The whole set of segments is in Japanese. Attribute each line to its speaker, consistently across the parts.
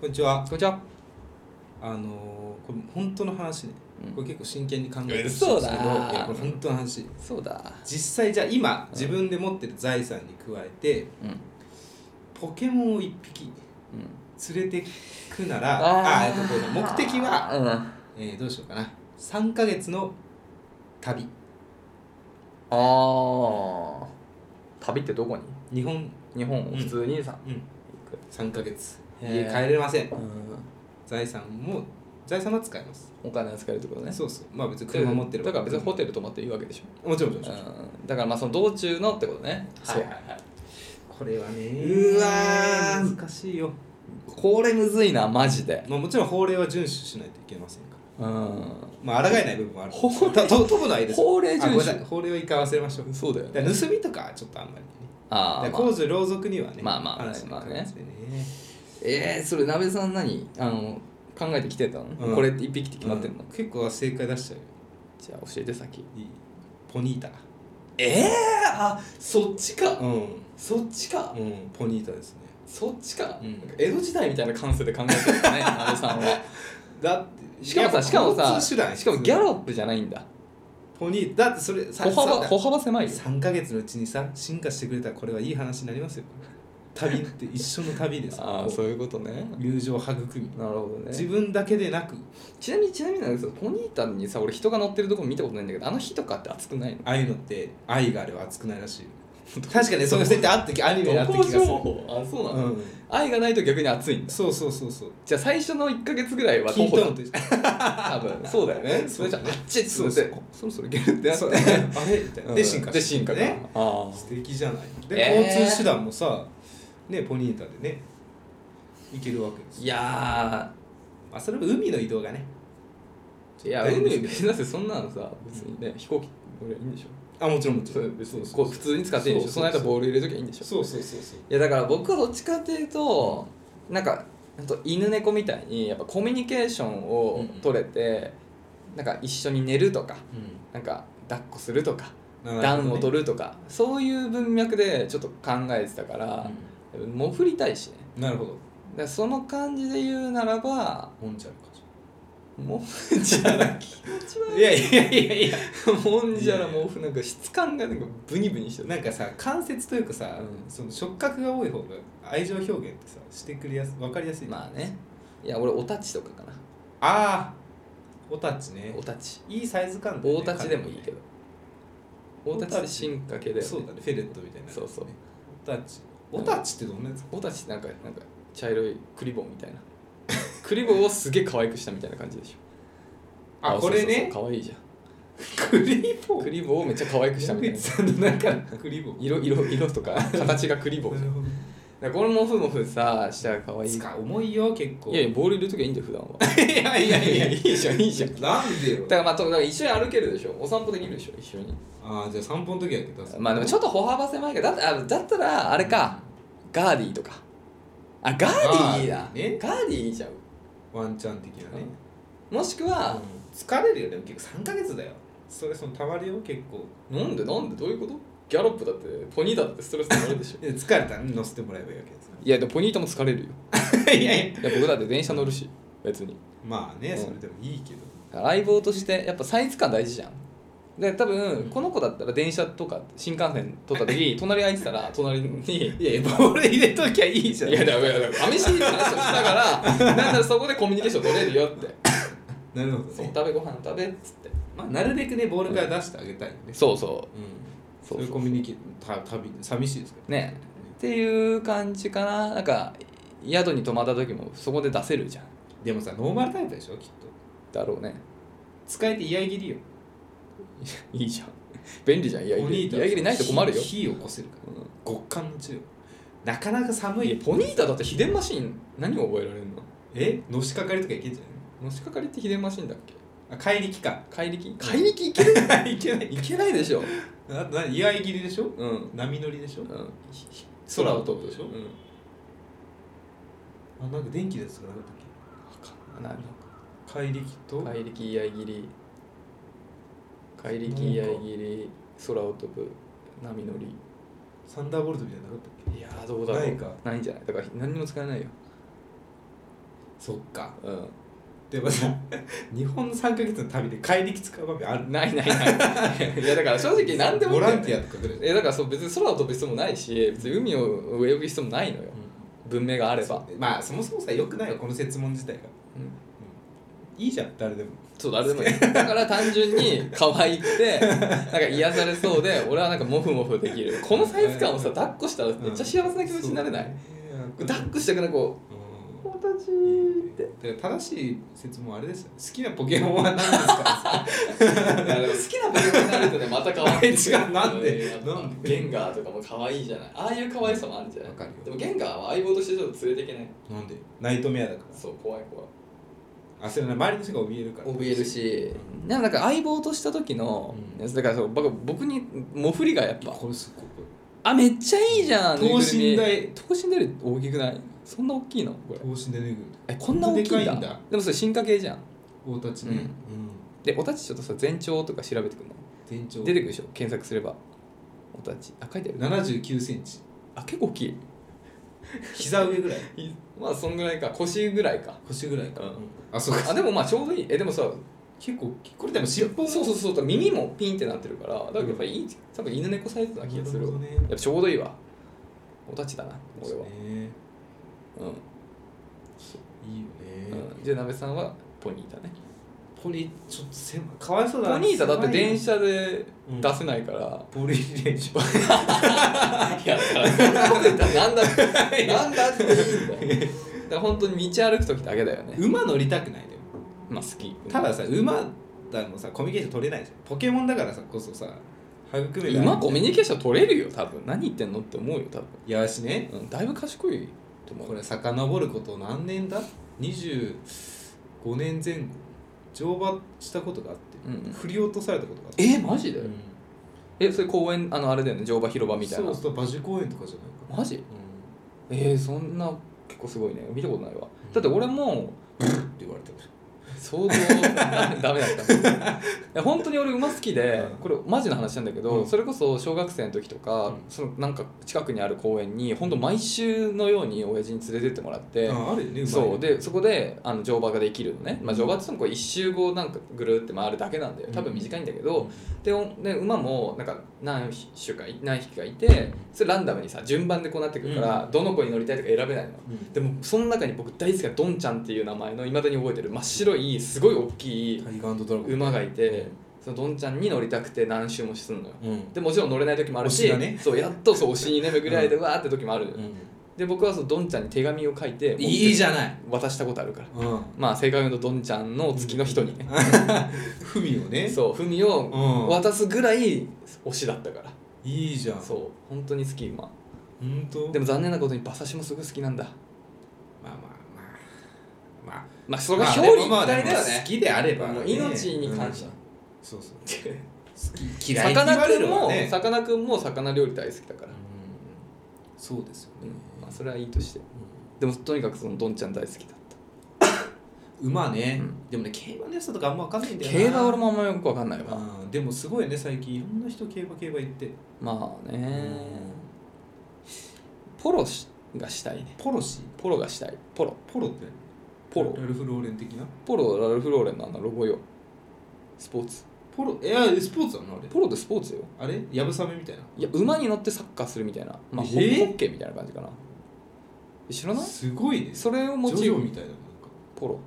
Speaker 1: こんにちは
Speaker 2: こんにちは。
Speaker 1: あのーこれ本当の話ね
Speaker 2: うん
Speaker 1: これ結構真剣に考えてるんですけど
Speaker 2: そう
Speaker 1: い
Speaker 2: だ
Speaker 1: やこれ本当の話
Speaker 2: そうだ。
Speaker 1: 実際じゃあ今自分で持ってる財産に加えて
Speaker 2: うん。うん。
Speaker 1: ポケモンを1匹連れてくならあ
Speaker 2: あー
Speaker 1: あえっとどうだ目的は、
Speaker 2: うん。
Speaker 1: えーどうしようかな3ヶ月の旅
Speaker 2: ああ。旅ってどこに？
Speaker 1: 日本、
Speaker 2: 日本
Speaker 1: うん
Speaker 2: 普通にさ、
Speaker 1: うん、
Speaker 2: 行く。
Speaker 1: 3ヶ月家
Speaker 2: へー
Speaker 1: 帰れません
Speaker 2: うん。
Speaker 1: 財産も財産は使えます
Speaker 2: お金を使えるってことね。
Speaker 1: そうそうまあ別に車持ってる
Speaker 2: だから別にホテ
Speaker 1: ル
Speaker 2: ル泊まっていいわけでしょ。
Speaker 1: もちろんもち
Speaker 2: う
Speaker 1: ろんもち
Speaker 2: ん。だからまあその道中のってことね。
Speaker 1: ろん
Speaker 2: そう。
Speaker 1: いこれはね
Speaker 2: うわー
Speaker 1: 難しいよ
Speaker 2: これむずいなマジで。
Speaker 1: まあ、もちろん法令は遵守しないといけませんから。
Speaker 2: うん。
Speaker 1: まあ、抗えない部分はある。
Speaker 2: 法
Speaker 1: たと飛ぶのはいいですよ。
Speaker 2: 法令遵守
Speaker 1: あごめんなさい法令は一回忘れましょう。
Speaker 2: そうだよ
Speaker 1: だ
Speaker 2: ね。
Speaker 1: から盗みとかはちょっとあんまりね。
Speaker 2: あ
Speaker 1: だか
Speaker 2: あまあ
Speaker 1: ら公序良俗にはね、
Speaker 2: まあまあ
Speaker 1: 話に行かないですよね
Speaker 2: えー、それ鍋さん何あの考えてきてたの、
Speaker 1: うん
Speaker 2: これって一匹って決まってんの、
Speaker 1: うん結構正解出しちゃうよ。
Speaker 2: じゃあ教えて先
Speaker 1: いいポニータ。
Speaker 2: ええあそっちか、
Speaker 1: うん。
Speaker 2: そっちか、
Speaker 1: うん、ポニータですね。
Speaker 2: そっちか、
Speaker 1: うん
Speaker 2: 江戸時代みたいな感性で考えてるんだ ね鍋さんは
Speaker 1: だって、
Speaker 2: しかもさしかも
Speaker 1: 交
Speaker 2: さ
Speaker 1: 通手段
Speaker 2: しかもギャロ
Speaker 1: ッ
Speaker 2: ップじゃないんだ
Speaker 1: ポニータ、だってそれ、
Speaker 2: 歩幅歩幅狭いよ
Speaker 1: 3ヶ月のうちにさ、進化してくれたらこれはいい話になりますよ。旅って一緒の旅 でさ、
Speaker 2: ああ
Speaker 1: こう
Speaker 2: そういうことね
Speaker 1: 友情を育み
Speaker 2: なるほど
Speaker 1: 自
Speaker 2: ね
Speaker 1: 分だけでなく
Speaker 2: ちなみにちなみになんですけどポニータにさ俺人が乗ってるとこ見たことないんだけどあの日とかって熱くないの
Speaker 1: ああいうのって愛があれば熱くないらしいよ 確かにそういう設定あった気アニメであった気がする、
Speaker 2: あそうなの、
Speaker 1: うん、
Speaker 2: 愛がないと逆に熱いんだ
Speaker 1: そうそうそうそう
Speaker 2: じゃあ最初の1か月ぐらいは
Speaker 1: キ
Speaker 2: 徒
Speaker 1: ン
Speaker 2: 歩
Speaker 1: トー
Speaker 2: だ
Speaker 1: ンと一緒
Speaker 2: 多分そうだよねそれじゃああっちっつって
Speaker 1: そうそう
Speaker 2: おそろそろいけるってなって
Speaker 1: そうだね あれみたいなで進化
Speaker 2: で進化か
Speaker 1: ね
Speaker 2: あ
Speaker 1: 素敵じゃないで、
Speaker 2: えー
Speaker 1: 交通手段もさねポニータでね行けるわけです
Speaker 2: ー
Speaker 1: よ
Speaker 2: いや
Speaker 1: まあそれも海の移動がね
Speaker 2: ーいや
Speaker 1: 大変
Speaker 2: 海
Speaker 1: です
Speaker 2: 目指せそんなのさ別にね飛行機俺いいんでしょ
Speaker 1: あもちろんもち
Speaker 2: そ
Speaker 1: ろ
Speaker 2: れ
Speaker 1: ん
Speaker 2: 別
Speaker 1: そう
Speaker 2: に
Speaker 1: そ
Speaker 2: こ
Speaker 1: う
Speaker 2: う普通に使っていいんでしょ
Speaker 1: そ
Speaker 2: そうの
Speaker 1: そうそう
Speaker 2: 間ボール入れときゃいいんでしょ
Speaker 1: そうそうそうそう
Speaker 2: いやだから僕はどっちかっていうとなんかほんと犬猫みたいにやっぱコミュニケーションを取れてなんか一緒に寝るとかなんか抱っこするとか
Speaker 1: うん
Speaker 2: 暖を
Speaker 1: る
Speaker 2: 取るとかそういう文脈でちょっと考えてたから、もう振りたいしね
Speaker 1: なるほど
Speaker 2: だからその感じで言うならば
Speaker 1: もんじゃるか
Speaker 2: もんじゃら気持ち悪
Speaker 1: いやいやいやいや
Speaker 2: いもんじゃら毛布なんか質感がなんかブニブニしてる
Speaker 1: なんかさ関節というかさ、
Speaker 2: うん
Speaker 1: その触覚が多い方が愛情表現ってさしてくれやす分かりやすい、あ
Speaker 2: まあねいや俺おたちとかかな
Speaker 1: あーおたちね
Speaker 2: おたち
Speaker 1: いいサイズ感だよ
Speaker 2: 大
Speaker 1: ね
Speaker 2: たちでもいいけど
Speaker 1: お
Speaker 2: 大
Speaker 1: た
Speaker 2: た
Speaker 1: ち
Speaker 2: ちで進化系だよ、ね、
Speaker 1: そうだねフェレットみたいな、
Speaker 2: そうそう
Speaker 1: おたちおたちってどんなやつ
Speaker 2: おたちってなんかなんか茶色いクリボーみたいな クリボーをすげえ可愛くしたみたいな感じでしょ
Speaker 1: あこれね
Speaker 2: そうそうそう可愛いじゃん
Speaker 1: クリボ
Speaker 2: クリボーをめっちゃ可愛くしたみた いな
Speaker 1: さんの中のクリボー
Speaker 2: 色色色 とか形がクリボーじゃんだからこれもふもふさしたら可愛い
Speaker 1: つか重いよ結構
Speaker 2: いやいやボール入れときゃいいんだよ普段は
Speaker 1: いやいやいや
Speaker 2: いいじゃんいいじゃん
Speaker 1: な
Speaker 2: だ
Speaker 1: んでよ
Speaker 2: からまあとだから一緒に歩けるでしょお散歩できるでしょ一緒に
Speaker 1: ああじゃあ散歩の時やけど
Speaker 2: まあでもちょっと歩幅狭いけどだってあだったらあれかガーディーとかあガーディーだ
Speaker 1: ガーディーね
Speaker 2: ガーディーいいじゃん、
Speaker 1: ワンチャン的なね、
Speaker 2: もしくは、
Speaker 1: 疲れるよね結構3ヶ月だよそれそのたまるよ結構
Speaker 2: なんでなんでどういうことギャロップだってポニータだってストレス溜まるでしょ
Speaker 1: いや疲れたら乗せてもらえばいいわけですか
Speaker 2: いやでもポニータも疲れるよ
Speaker 1: らいやいや
Speaker 2: いや僕だって電車乗るし別に
Speaker 1: まあね
Speaker 2: うん
Speaker 1: それでもいいけど
Speaker 2: 相棒としてやっぱサイズ感大事じゃんで多分この子だったら電車とか新幹線とか 時隣空いてたら隣に
Speaker 1: いやいやボール入れときゃいいじ
Speaker 2: いやだからだから試しに話をしながらなんならそこでコミュニケーション取れるよって
Speaker 1: なるほ
Speaker 2: そ
Speaker 1: ど
Speaker 2: う
Speaker 1: ね
Speaker 2: 食べご飯食べっつって
Speaker 1: まあなるべくねボールから出してあげたいよね
Speaker 2: そうそ
Speaker 1: うんそ
Speaker 2: そ
Speaker 1: う
Speaker 2: そう
Speaker 1: ういうコミュニケーション旅寂しいですか
Speaker 2: うねっていう感じかななんか宿に泊まった時もそこで出せるじゃん
Speaker 1: らでもさノーマルタイプでしょきっと
Speaker 2: だろうね
Speaker 1: 使えて居合切りよ
Speaker 2: いいじゃん便利じゃんいやいや
Speaker 1: ポニー
Speaker 2: い
Speaker 1: タ
Speaker 2: やいやないと困るよ、
Speaker 1: 火火起こせるから
Speaker 2: う
Speaker 1: 極寒の地よなかなか寒
Speaker 2: ん、いや
Speaker 1: い
Speaker 2: ポニータだって秘伝マシン何を覚えられるの
Speaker 1: えのしかかりとかいけんじ
Speaker 2: のしかかりって秘伝マシンだっけ
Speaker 1: ゃないあ怪力か
Speaker 2: 怪力怪 力いける
Speaker 1: いけない
Speaker 2: いけないでしょ。
Speaker 1: なな居合切りでしょ
Speaker 2: うん。うん、
Speaker 1: 波乗りでしょ
Speaker 2: ひひ
Speaker 1: 空を飛ぶ
Speaker 2: で
Speaker 1: で
Speaker 2: し
Speaker 1: し
Speaker 2: ょ。
Speaker 1: ょ
Speaker 2: うん。
Speaker 1: あなんか電気のやつとかなかったっ
Speaker 2: なる
Speaker 1: け怪力と
Speaker 2: 怪力居合切り。怪力居合切り。空を飛ぶ。波乗り。
Speaker 1: サンダーボルトみたいなのなかったっけ
Speaker 2: いやーどうだろう。
Speaker 1: ないか
Speaker 2: ないんじゃないだから何にも使えないよ。
Speaker 1: そっか
Speaker 2: う
Speaker 1: でもさ 日本3ヶ月の旅で怪力使う場面ある
Speaker 2: ん、ないないないいやだから正直何でもいい
Speaker 1: ボ
Speaker 2: ん
Speaker 1: ラ
Speaker 2: だよ
Speaker 1: ンティアとかぐらい
Speaker 2: えだからそう別に空を飛ぶ必要もないし別に海を上泳ぐ必要もないのよ文明があれば
Speaker 1: そうまあそもそもさよくないよこの説問自体が、
Speaker 2: うん
Speaker 1: いいじゃん誰でも
Speaker 2: そう誰でもいいだから単純に可愛くてなんか癒されそうで俺はなんかモフモフできるこのサイズ感をさ抱っこしたらめっちゃ幸せな気持ちになれない、
Speaker 1: そう
Speaker 2: 抱っこしたくないこ
Speaker 1: う
Speaker 2: うん「私」って
Speaker 1: だから正しい説もあれですよ好きなポケモンは何ですか
Speaker 2: いやでも好きなポケモンになるとねまた可愛い
Speaker 1: 違うなんで
Speaker 2: やっぱ
Speaker 1: なんで
Speaker 2: ゲンガーとかも可愛いじゃないああいう可愛さもあるんじゃない
Speaker 1: わかるよ
Speaker 2: でもゲンガーは相棒としてちょっと連れていけない
Speaker 1: なんでナイトメアだか
Speaker 2: そう怖い怖い
Speaker 1: ら焦らない周りの人が怯えるから
Speaker 2: 怯えるしでもなんか相棒とした時の、だからそう僕僕にもふりがやっぱ
Speaker 1: これすっごい
Speaker 2: あめっちゃいいじゃん
Speaker 1: 等身大
Speaker 2: ぬいぐるみ等身大より大きくないそんな大きいのこれ
Speaker 1: 等身でぬいぐるみ
Speaker 2: えこんな大きい
Speaker 1: こんな
Speaker 2: んだ
Speaker 1: でかいんだ
Speaker 2: でもそれ進化系じゃん
Speaker 1: 大立ちね、
Speaker 2: うんでおたちちょっとさ全長とか調べてくんない
Speaker 1: 全長
Speaker 2: 出てくるでしょ検索すればおたちあ書いてある
Speaker 1: 7 9ンチ
Speaker 2: あ結構大きい
Speaker 1: 膝上ぐらい
Speaker 2: いまあそんぐらいか腰ぐらいか
Speaker 1: 腰ぐらいか、
Speaker 2: うん
Speaker 1: あそうか
Speaker 2: あでもまあちょうどいいえでもさ
Speaker 1: 結構これでも尻尾
Speaker 2: そうそうそう耳もピンってなってるからだからやっぱいい多分犬猫サイズな気がする
Speaker 1: なるほ
Speaker 2: わ
Speaker 1: どね
Speaker 2: やっぱちょうどいいわおたちだな俺は、
Speaker 1: ね
Speaker 2: うん
Speaker 1: いいよね、
Speaker 2: うん、じゃあ鍋さんはポニーだね
Speaker 1: ポニーちょっと狭いかわいそうだ
Speaker 2: ポ
Speaker 1: な
Speaker 2: ニータだって電
Speaker 1: 車
Speaker 2: 車で出せないから、
Speaker 1: ポリー電車
Speaker 2: いやだから なんだってなんだっていいんだよだから本当に道歩く時だけだよね
Speaker 1: 馬乗りたくないでも
Speaker 2: まあ好き
Speaker 1: たださ馬だのさコミュニケーション取れないじゃんポケモンだからさこそさ育めば
Speaker 2: 今コミュニケーション取れるよ多分何言ってんのって思うよ多分、
Speaker 1: いやしね
Speaker 2: うん、だいぶ賢いと思う
Speaker 1: これ遡ること何年だ ?25 年前後乗馬したことがあって、
Speaker 2: うんうん
Speaker 1: 振り落とされたことがあって
Speaker 2: えマジで、
Speaker 1: うん
Speaker 2: えそれ公園あのあれだよね乗馬広場みたいな
Speaker 1: そうそう馬術公園とかじゃないかな
Speaker 2: マジえー、そんな結構すごいね見たことないわ
Speaker 1: ん
Speaker 2: だって俺も
Speaker 1: うんって言われた
Speaker 2: 想像ダメだった いや本当に俺馬好きで
Speaker 1: うん
Speaker 2: これマジの話なんだけ
Speaker 1: う
Speaker 2: ど、
Speaker 1: ん
Speaker 2: それこそ小学生の時とか、
Speaker 1: うん
Speaker 2: そのなんか近くにある公園に本当毎週のように親父に連れてってもらって、
Speaker 1: ああるよね
Speaker 2: そうでそこであの乗馬ができるのね、まあ、乗馬って言ってもこう一周後なんかぐるって回るだけなんだよ多分短いんだけど、でおで馬もなんか何種かい何匹かいてそれランダムにさ順番でこうなってくるから、どの子に乗りたいとか選べないの。でもその中に僕大好きなドンちゃんっていう名前のいまだに覚えてる真っ白いすごい大きい
Speaker 1: タイガードラゴン
Speaker 2: 馬がいてそのドンちゃんに乗りたくて何周もするのよ
Speaker 1: うん
Speaker 2: でもちろん乗れない時もある
Speaker 1: 推
Speaker 2: し、
Speaker 1: しがね
Speaker 2: そうやっとそう推しにね巡り合えてわーって時もあるのよ、
Speaker 1: うん
Speaker 2: で僕はそのドンちゃんに手紙を書いて
Speaker 1: いいじ
Speaker 2: ゃ
Speaker 1: ゃない
Speaker 2: 渡したことあるから
Speaker 1: うん
Speaker 2: まあ正確に言うとドンちゃんの月の人にね、
Speaker 1: ふみをね
Speaker 2: そうふみを
Speaker 1: う
Speaker 2: 渡すぐらい推しだったから、
Speaker 1: んいいじゃん
Speaker 2: そう本当に好き馬
Speaker 1: 本当
Speaker 2: でも残念なことに馬刺しもすごい好きなんだ
Speaker 1: まあまあまあまあ
Speaker 2: まあそれが
Speaker 1: まあ
Speaker 2: 表裏
Speaker 1: で
Speaker 2: 一
Speaker 1: もまあ
Speaker 2: 体だよ
Speaker 1: でも
Speaker 2: ね
Speaker 1: 好、きであれば
Speaker 2: もう
Speaker 1: ね
Speaker 2: 命に感謝、
Speaker 1: うんそうそう 好き嫌いって言
Speaker 2: さかな
Speaker 1: われ
Speaker 2: ク
Speaker 1: る
Speaker 2: ン
Speaker 1: わ
Speaker 2: も
Speaker 1: ね
Speaker 2: さかなクンも魚料理大好きだから、
Speaker 1: うんそうですよね
Speaker 2: まあ、それはいいとしてでもとにかくそのドンちゃん大好きだった
Speaker 1: 馬ね
Speaker 2: うん
Speaker 1: でもね競馬の良さとかあんま分かんないんだよな
Speaker 2: 競馬俺もあんまよくわかんないわ、
Speaker 1: うんでもすごいね最近いろんな人競馬競馬行って
Speaker 2: まあ
Speaker 1: う
Speaker 2: ね
Speaker 1: ん
Speaker 2: ポロしがしたいね
Speaker 1: ポロシ
Speaker 2: ポロがしたいポロ
Speaker 1: ポロって
Speaker 2: ポロ
Speaker 1: ラルフローレン的な
Speaker 2: ポロラルフローレンのあのロゴよスポーツ
Speaker 1: ポロいやスポーツなのあれ
Speaker 2: ポロってスポーツよ
Speaker 1: あれやぶさめみたいない
Speaker 2: や馬に乗ってサッカーするみたいな、まあ、
Speaker 1: え
Speaker 2: ホホッケーみたいな感じかな知らない
Speaker 1: すごいね
Speaker 2: それをモ
Speaker 1: ジョ
Speaker 2: チ
Speaker 1: ジ
Speaker 2: ー
Speaker 1: ョ
Speaker 2: フに
Speaker 1: みたいななんか
Speaker 2: ポロ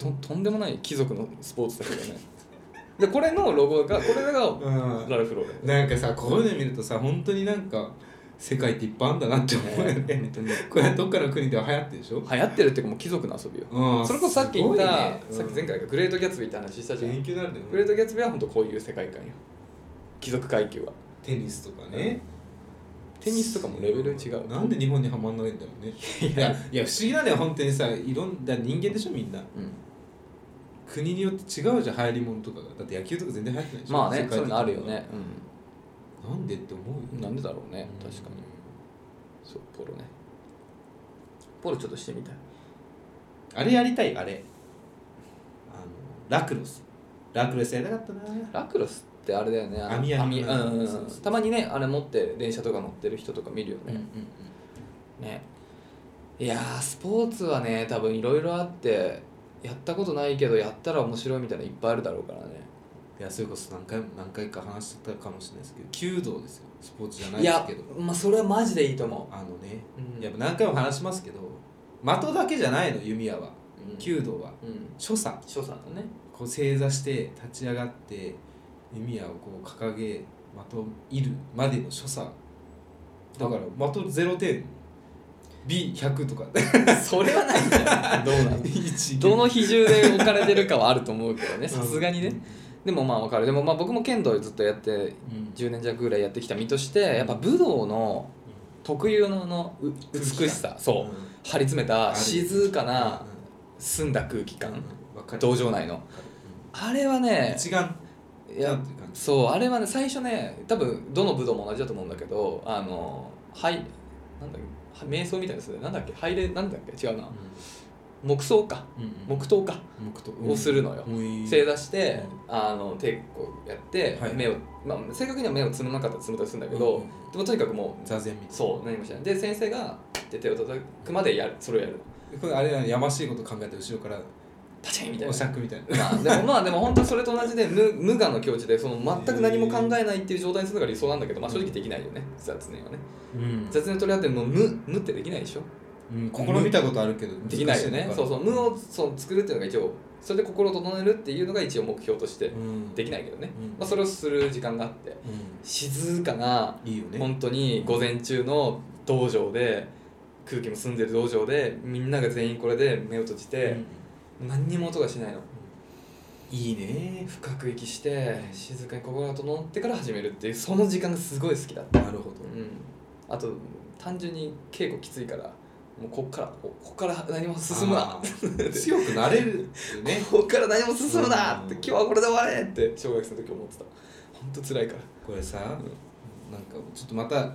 Speaker 2: ととんでもない貴族のスポーツだけどねでこれのロゴがこれがラルフローレン
Speaker 1: なんかさこういうの見るとさ本当になんか世界っていっぱいあんだなって思うよね
Speaker 2: 本当に
Speaker 1: これどっかの国では流行ってるでしょ、
Speaker 2: 流行ってるっていうかもう貴族の遊びよ
Speaker 1: うん
Speaker 2: それこそさっき言った、
Speaker 1: す
Speaker 2: さ
Speaker 1: ごいね
Speaker 2: っき前回がグレート・ギャツビーって話したじゃん
Speaker 1: 勉強になるんだよね
Speaker 2: グレート・ギャツビーは本当こういう世界観よ貴族階級は
Speaker 1: テニスとかね
Speaker 2: テニスとかもレベル違う
Speaker 1: なんで日本にはまんないんだろうねいやいや不思議なんだよ本当にさいろんな人間でしょみんな
Speaker 2: うん
Speaker 1: 国によって違うじゃん流行り物とかがだって野球とか全然流行ってないでしょ
Speaker 2: まあね
Speaker 1: 世界的
Speaker 2: そういう
Speaker 1: に
Speaker 2: のあるよね、
Speaker 1: なんでって思う
Speaker 2: うん、
Speaker 1: よ
Speaker 2: なんでだろうね確かにそうポロねポロちょっとしてみたい
Speaker 1: あれやりたいあれあのラクロスラクロスやりたかったな
Speaker 2: ラクロスってあれだよねあの
Speaker 1: 網や
Speaker 2: 網
Speaker 1: うん
Speaker 2: うんうん
Speaker 1: そう
Speaker 2: うん
Speaker 1: そう
Speaker 2: たまにねあれ持って電車とか乗ってる人とか見るよ
Speaker 1: うんうん
Speaker 2: ね、
Speaker 1: うん
Speaker 2: ねいやースポーツはね多分いろいろあってやったことないけどやったら面白いみたいなのいっぱいあるだろうからね
Speaker 1: いやそれこそ何回も何回か話してたかもしれないですけど弓道ですよスポーツじゃない
Speaker 2: い
Speaker 1: です
Speaker 2: や
Speaker 1: けど、
Speaker 2: まあ、それはマジでいいと思
Speaker 1: あのね
Speaker 2: う、うん
Speaker 1: やっぱ何回も話しますけど的だけじゃないの弓矢は
Speaker 2: うん
Speaker 1: 弓道は
Speaker 2: うん
Speaker 1: 所作
Speaker 2: 所作のね
Speaker 1: こう正座して立ち上がって弓矢をこう掲げ的を射るまでの所作だから的0点 B100 と か
Speaker 2: それはないんじゃないどうなの
Speaker 1: 1
Speaker 2: どの比重で置かれてるかはあると思うけどねさすがに
Speaker 1: う
Speaker 2: ね
Speaker 1: ん
Speaker 2: でもまあわかるでもまあ僕も剣道ずっとやって10年弱ぐらいやってきた身としてやっぱ武道の特有のあのう美しさ
Speaker 1: うん
Speaker 2: そう張り詰め
Speaker 1: あ
Speaker 2: た
Speaker 1: る
Speaker 2: 静かな澄んだ空気
Speaker 1: うん
Speaker 2: 感
Speaker 1: わかる
Speaker 2: 道場内のあれは
Speaker 1: うん
Speaker 2: ね
Speaker 1: 一眼
Speaker 2: いや
Speaker 1: なんていう感じ
Speaker 2: そうあれはね最初ね多分どの武道も同じだと思うんだけどあのはいなんだっけ瞑想みたいなやつなんだっけ拝礼なんだっけ違うな黙想か
Speaker 1: うん
Speaker 2: 黙祷か
Speaker 1: 黙と
Speaker 2: をするのよ
Speaker 1: うん
Speaker 2: 正座して、あの手こうやって、
Speaker 1: はい
Speaker 2: 目を、まあ、正確には目をつむなかったらつむったりするんだけど、
Speaker 1: うんうんうん
Speaker 2: でもとにかくもう
Speaker 1: 座禅みたいな
Speaker 2: そう何もしないで先生がって手を叩くまでやるそれをやる
Speaker 1: これあれだねやましいこと考えて後ろから
Speaker 2: パチンみたい
Speaker 1: お
Speaker 2: な
Speaker 1: し。ゃくみたいな
Speaker 2: まあ、でもまあでも本当にそれと同じで無無我の境地でその全く何も考えないっていう状態にするのが理想なんだけど、まあ、正直できないよね雑念はね
Speaker 1: うん
Speaker 2: 雑念取り合ってもう無無ってできないでしょ
Speaker 1: うん試みたことあるけど
Speaker 2: できないよねそうそう無
Speaker 1: を
Speaker 2: をその作るっていうのが一応それで心を整えるっていうのが一応目標としてで
Speaker 1: き
Speaker 2: きないけどね、
Speaker 1: うん
Speaker 2: まあ、それをする時間があって静かな
Speaker 1: うんいいよね
Speaker 2: 本当に午前中の道場で空気も澄んでる道場でみんなが全員これで目を閉じ
Speaker 1: う
Speaker 2: て
Speaker 1: ん
Speaker 2: 何にも音がしないの
Speaker 1: いいね
Speaker 2: 深く息して静かに心が整ってから始めるっていうその時間がすごい好きだった、
Speaker 1: なるほど
Speaker 2: うん、あと単純に稽古きついからもうこっからここっから何も進むな
Speaker 1: あ ー強くなれるよね
Speaker 2: こっから何も進むなって
Speaker 1: うん
Speaker 2: 今日はこれで終われって小学生の時思ってた本当辛いから
Speaker 1: これさなんかちょっとまた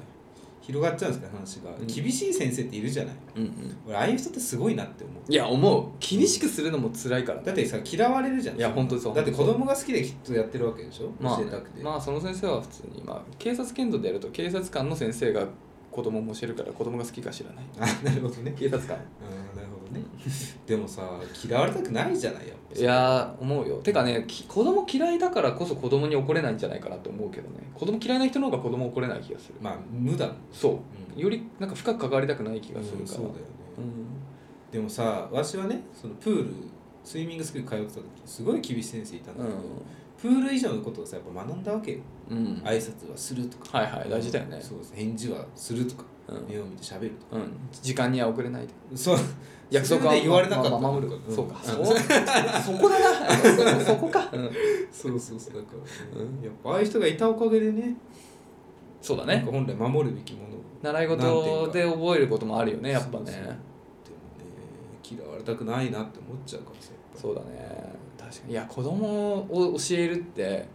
Speaker 1: 広がっちゃうんですか話が
Speaker 2: うん
Speaker 1: 厳しい先生っているじゃない
Speaker 2: うんうん
Speaker 1: 俺ああいう人ってすごいなって思う
Speaker 2: いや思う厳しくするのも辛いから
Speaker 1: だってさ嫌われるじゃん
Speaker 2: いや本当にそう
Speaker 1: だって子供が好きできっとやってるわけでしょ
Speaker 2: ま
Speaker 1: 教えたくて
Speaker 2: あ、まあその先生は普通に、まあ、警察剣道でやると警察官の先生が子供も教えるから子供が好きか知らない
Speaker 1: あなるほどね
Speaker 2: 警察官
Speaker 1: うんなるほどね でもさ嫌われたくないじゃないやっぱ
Speaker 2: いやー思うよてかねき子供嫌いだからこそ子供に怒れないんじゃないかなと思うけどね子供嫌いな人の方が子供怒れない気がする
Speaker 1: まあ無駄
Speaker 2: そ
Speaker 1: うん
Speaker 2: うよりなんか深く関わりたくない気がする
Speaker 1: うん
Speaker 2: か
Speaker 1: そう
Speaker 2: ら、
Speaker 1: だよね、
Speaker 2: うん
Speaker 1: でもさわしはねそのプールスイミングスクール通ってた時すごい厳しい先生いたんだ
Speaker 2: う
Speaker 1: けど、
Speaker 2: ん
Speaker 1: プール以上のことをさやっぱ学んだわけよ
Speaker 2: うん
Speaker 1: 挨拶はするとか
Speaker 2: はいはい大事だよね
Speaker 1: そうです返事はするとか、
Speaker 2: うん
Speaker 1: 目を見て喋るとか
Speaker 2: うん、時間には遅れないで
Speaker 1: そう
Speaker 2: 約束
Speaker 1: そ
Speaker 2: は
Speaker 1: れで言われなかった
Speaker 2: まあまあ守る、
Speaker 1: ん
Speaker 2: そうかそうそこだな そこか、うん
Speaker 1: そうそうそうだから、
Speaker 2: うん
Speaker 1: やっぱああいう人がいたおかげでね
Speaker 2: そうだ
Speaker 1: なん
Speaker 2: ね
Speaker 1: か本来守るべきものを
Speaker 2: 習い事で覚えることもあるよねやっぱ
Speaker 1: そうそう
Speaker 2: ね
Speaker 1: でもね嫌われたくないなって思っちゃうからさやっぱ
Speaker 2: そうだね確かにいや子供を教えるって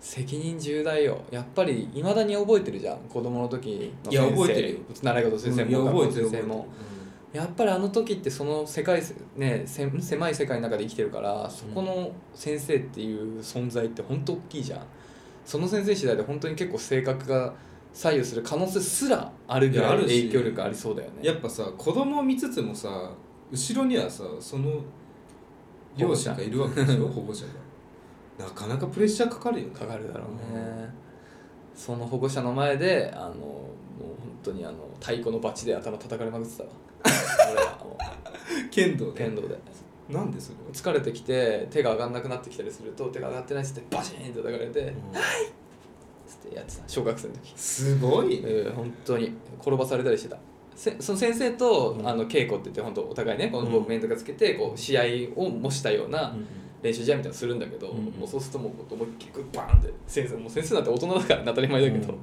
Speaker 2: 責任重大よやっぱりいまだに覚えてるじゃん子供の時の
Speaker 1: いや覚えてるよ
Speaker 2: 習い事先生
Speaker 1: うんい
Speaker 2: も
Speaker 1: や覚えてる
Speaker 2: 学校の
Speaker 1: 覚えて
Speaker 2: 先生も
Speaker 1: るうん
Speaker 2: やっぱりあの時ってその世界ねせ狭い世界の中で生きてるからそこの先生っていう存在って本当大きいじゃんその先生次第で本当に結構性格が左右する可能性すらあるぐ
Speaker 1: いや
Speaker 2: ら
Speaker 1: あ
Speaker 2: い
Speaker 1: るし
Speaker 2: 影響力ありそうだよね
Speaker 1: やっぱさ子供を見つつもさ後ろにはさその両親がいるわけでしょ保護者がなかなかプレッシャーかかるよね
Speaker 2: かかるだろうね、その保護者の前であのもう本当にあの太鼓のバチで頭叩かれまくってたわ俺は も
Speaker 1: 剣道
Speaker 2: う
Speaker 1: で
Speaker 2: 剣道で
Speaker 1: なんでそれ
Speaker 2: 疲れてきて手が上がんなくなってきたりすると手が上がってないっつってバシーンって叩かれて、
Speaker 1: は、
Speaker 2: つってやってた小学生の時、
Speaker 1: すごいね、
Speaker 2: えー、本当に転ばされたりしてたせその先生と、
Speaker 1: うん
Speaker 2: あの稽古って言って本当お互いねこ
Speaker 1: う
Speaker 2: の
Speaker 1: ん
Speaker 2: 面とかつけてこう試合を模したような、練習試合みたいなのするんだけど、
Speaker 1: うん
Speaker 2: もうそうするともう思いっきりこうバーンって先生もう先生なんて大人だから当たり前だけど、
Speaker 1: うん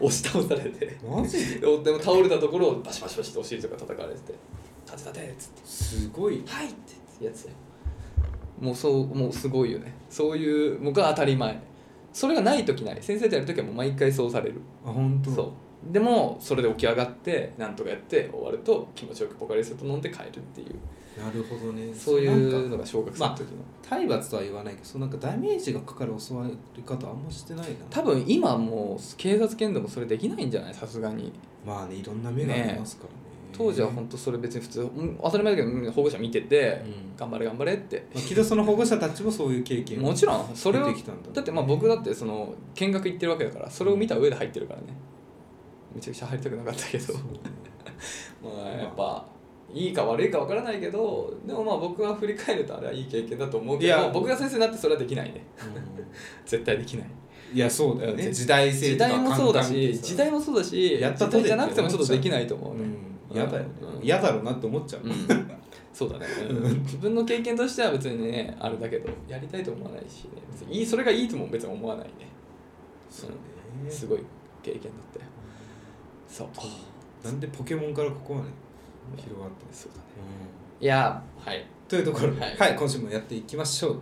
Speaker 2: 押し倒されて
Speaker 1: マジで
Speaker 2: でおでも倒れたところをバシバシバシってお尻とか叩かれてて「立て立て」っつって
Speaker 1: すごい
Speaker 2: 「はい」ってやつだよもうそうもうすごいよねそういうもうが当たり前それがない時ない先生とやる時はもう毎回そうされる、
Speaker 1: あ本当
Speaker 2: そうでもそれで起き上がってなんとかやって終わると気持ちよくポカリスエット飲んで帰るっていう
Speaker 1: なるほどね
Speaker 2: そうい
Speaker 1: なん
Speaker 2: う
Speaker 1: か
Speaker 2: のが小学生の時の、
Speaker 1: 体罰とは言わないけどそうなんかダメージがかかる教わり方あんましてないな
Speaker 2: 多分今もう警察犬でもそれできないんじゃないさすがに
Speaker 1: まあねいろんな目がありますからね
Speaker 2: 当時は本当それ別に普通、うん当たり前だけどうん保護者見てて、
Speaker 1: うん
Speaker 2: 頑張れ頑張れって
Speaker 1: まあ、きっとその保護者たちもそういう経験
Speaker 2: もちろんそれは
Speaker 1: てきたんだ
Speaker 2: だってまあ僕だってその見学行ってるわけだからそれを見た上で入ってるからねめちゃくちゃ入りたくなかったけど
Speaker 1: そ う
Speaker 2: まあやっぱいいか悪いかわからないけどでもまあ僕は振り返るとあれはいい経験だと思うけ
Speaker 1: いや
Speaker 2: ど僕が先生になってそれはできないね絶対できない
Speaker 1: いやそうだよ
Speaker 2: う
Speaker 1: ね
Speaker 2: ん
Speaker 1: 時代性
Speaker 2: 時
Speaker 1: とか
Speaker 2: 代もそうだし時代
Speaker 1: も
Speaker 2: もそうだし
Speaker 1: やった
Speaker 2: 時
Speaker 1: とで
Speaker 2: 代じゃなくてもちょっとできないと思うね
Speaker 1: 嫌だよね
Speaker 2: うん
Speaker 1: 嫌だろうなって思っちゃう
Speaker 2: うんそうだね、うん自分の経験としては別にねあれだけどやりたいと思わないし、ね、別にいいそれがいいとも別に思わないね
Speaker 1: そうね
Speaker 2: すごい経験だったよそう
Speaker 1: なんでポケモンからここまで広がったんです
Speaker 2: そうだね
Speaker 1: か
Speaker 2: いやはい
Speaker 1: というところで、は
Speaker 2: はいい
Speaker 1: 今週もやっていきましょう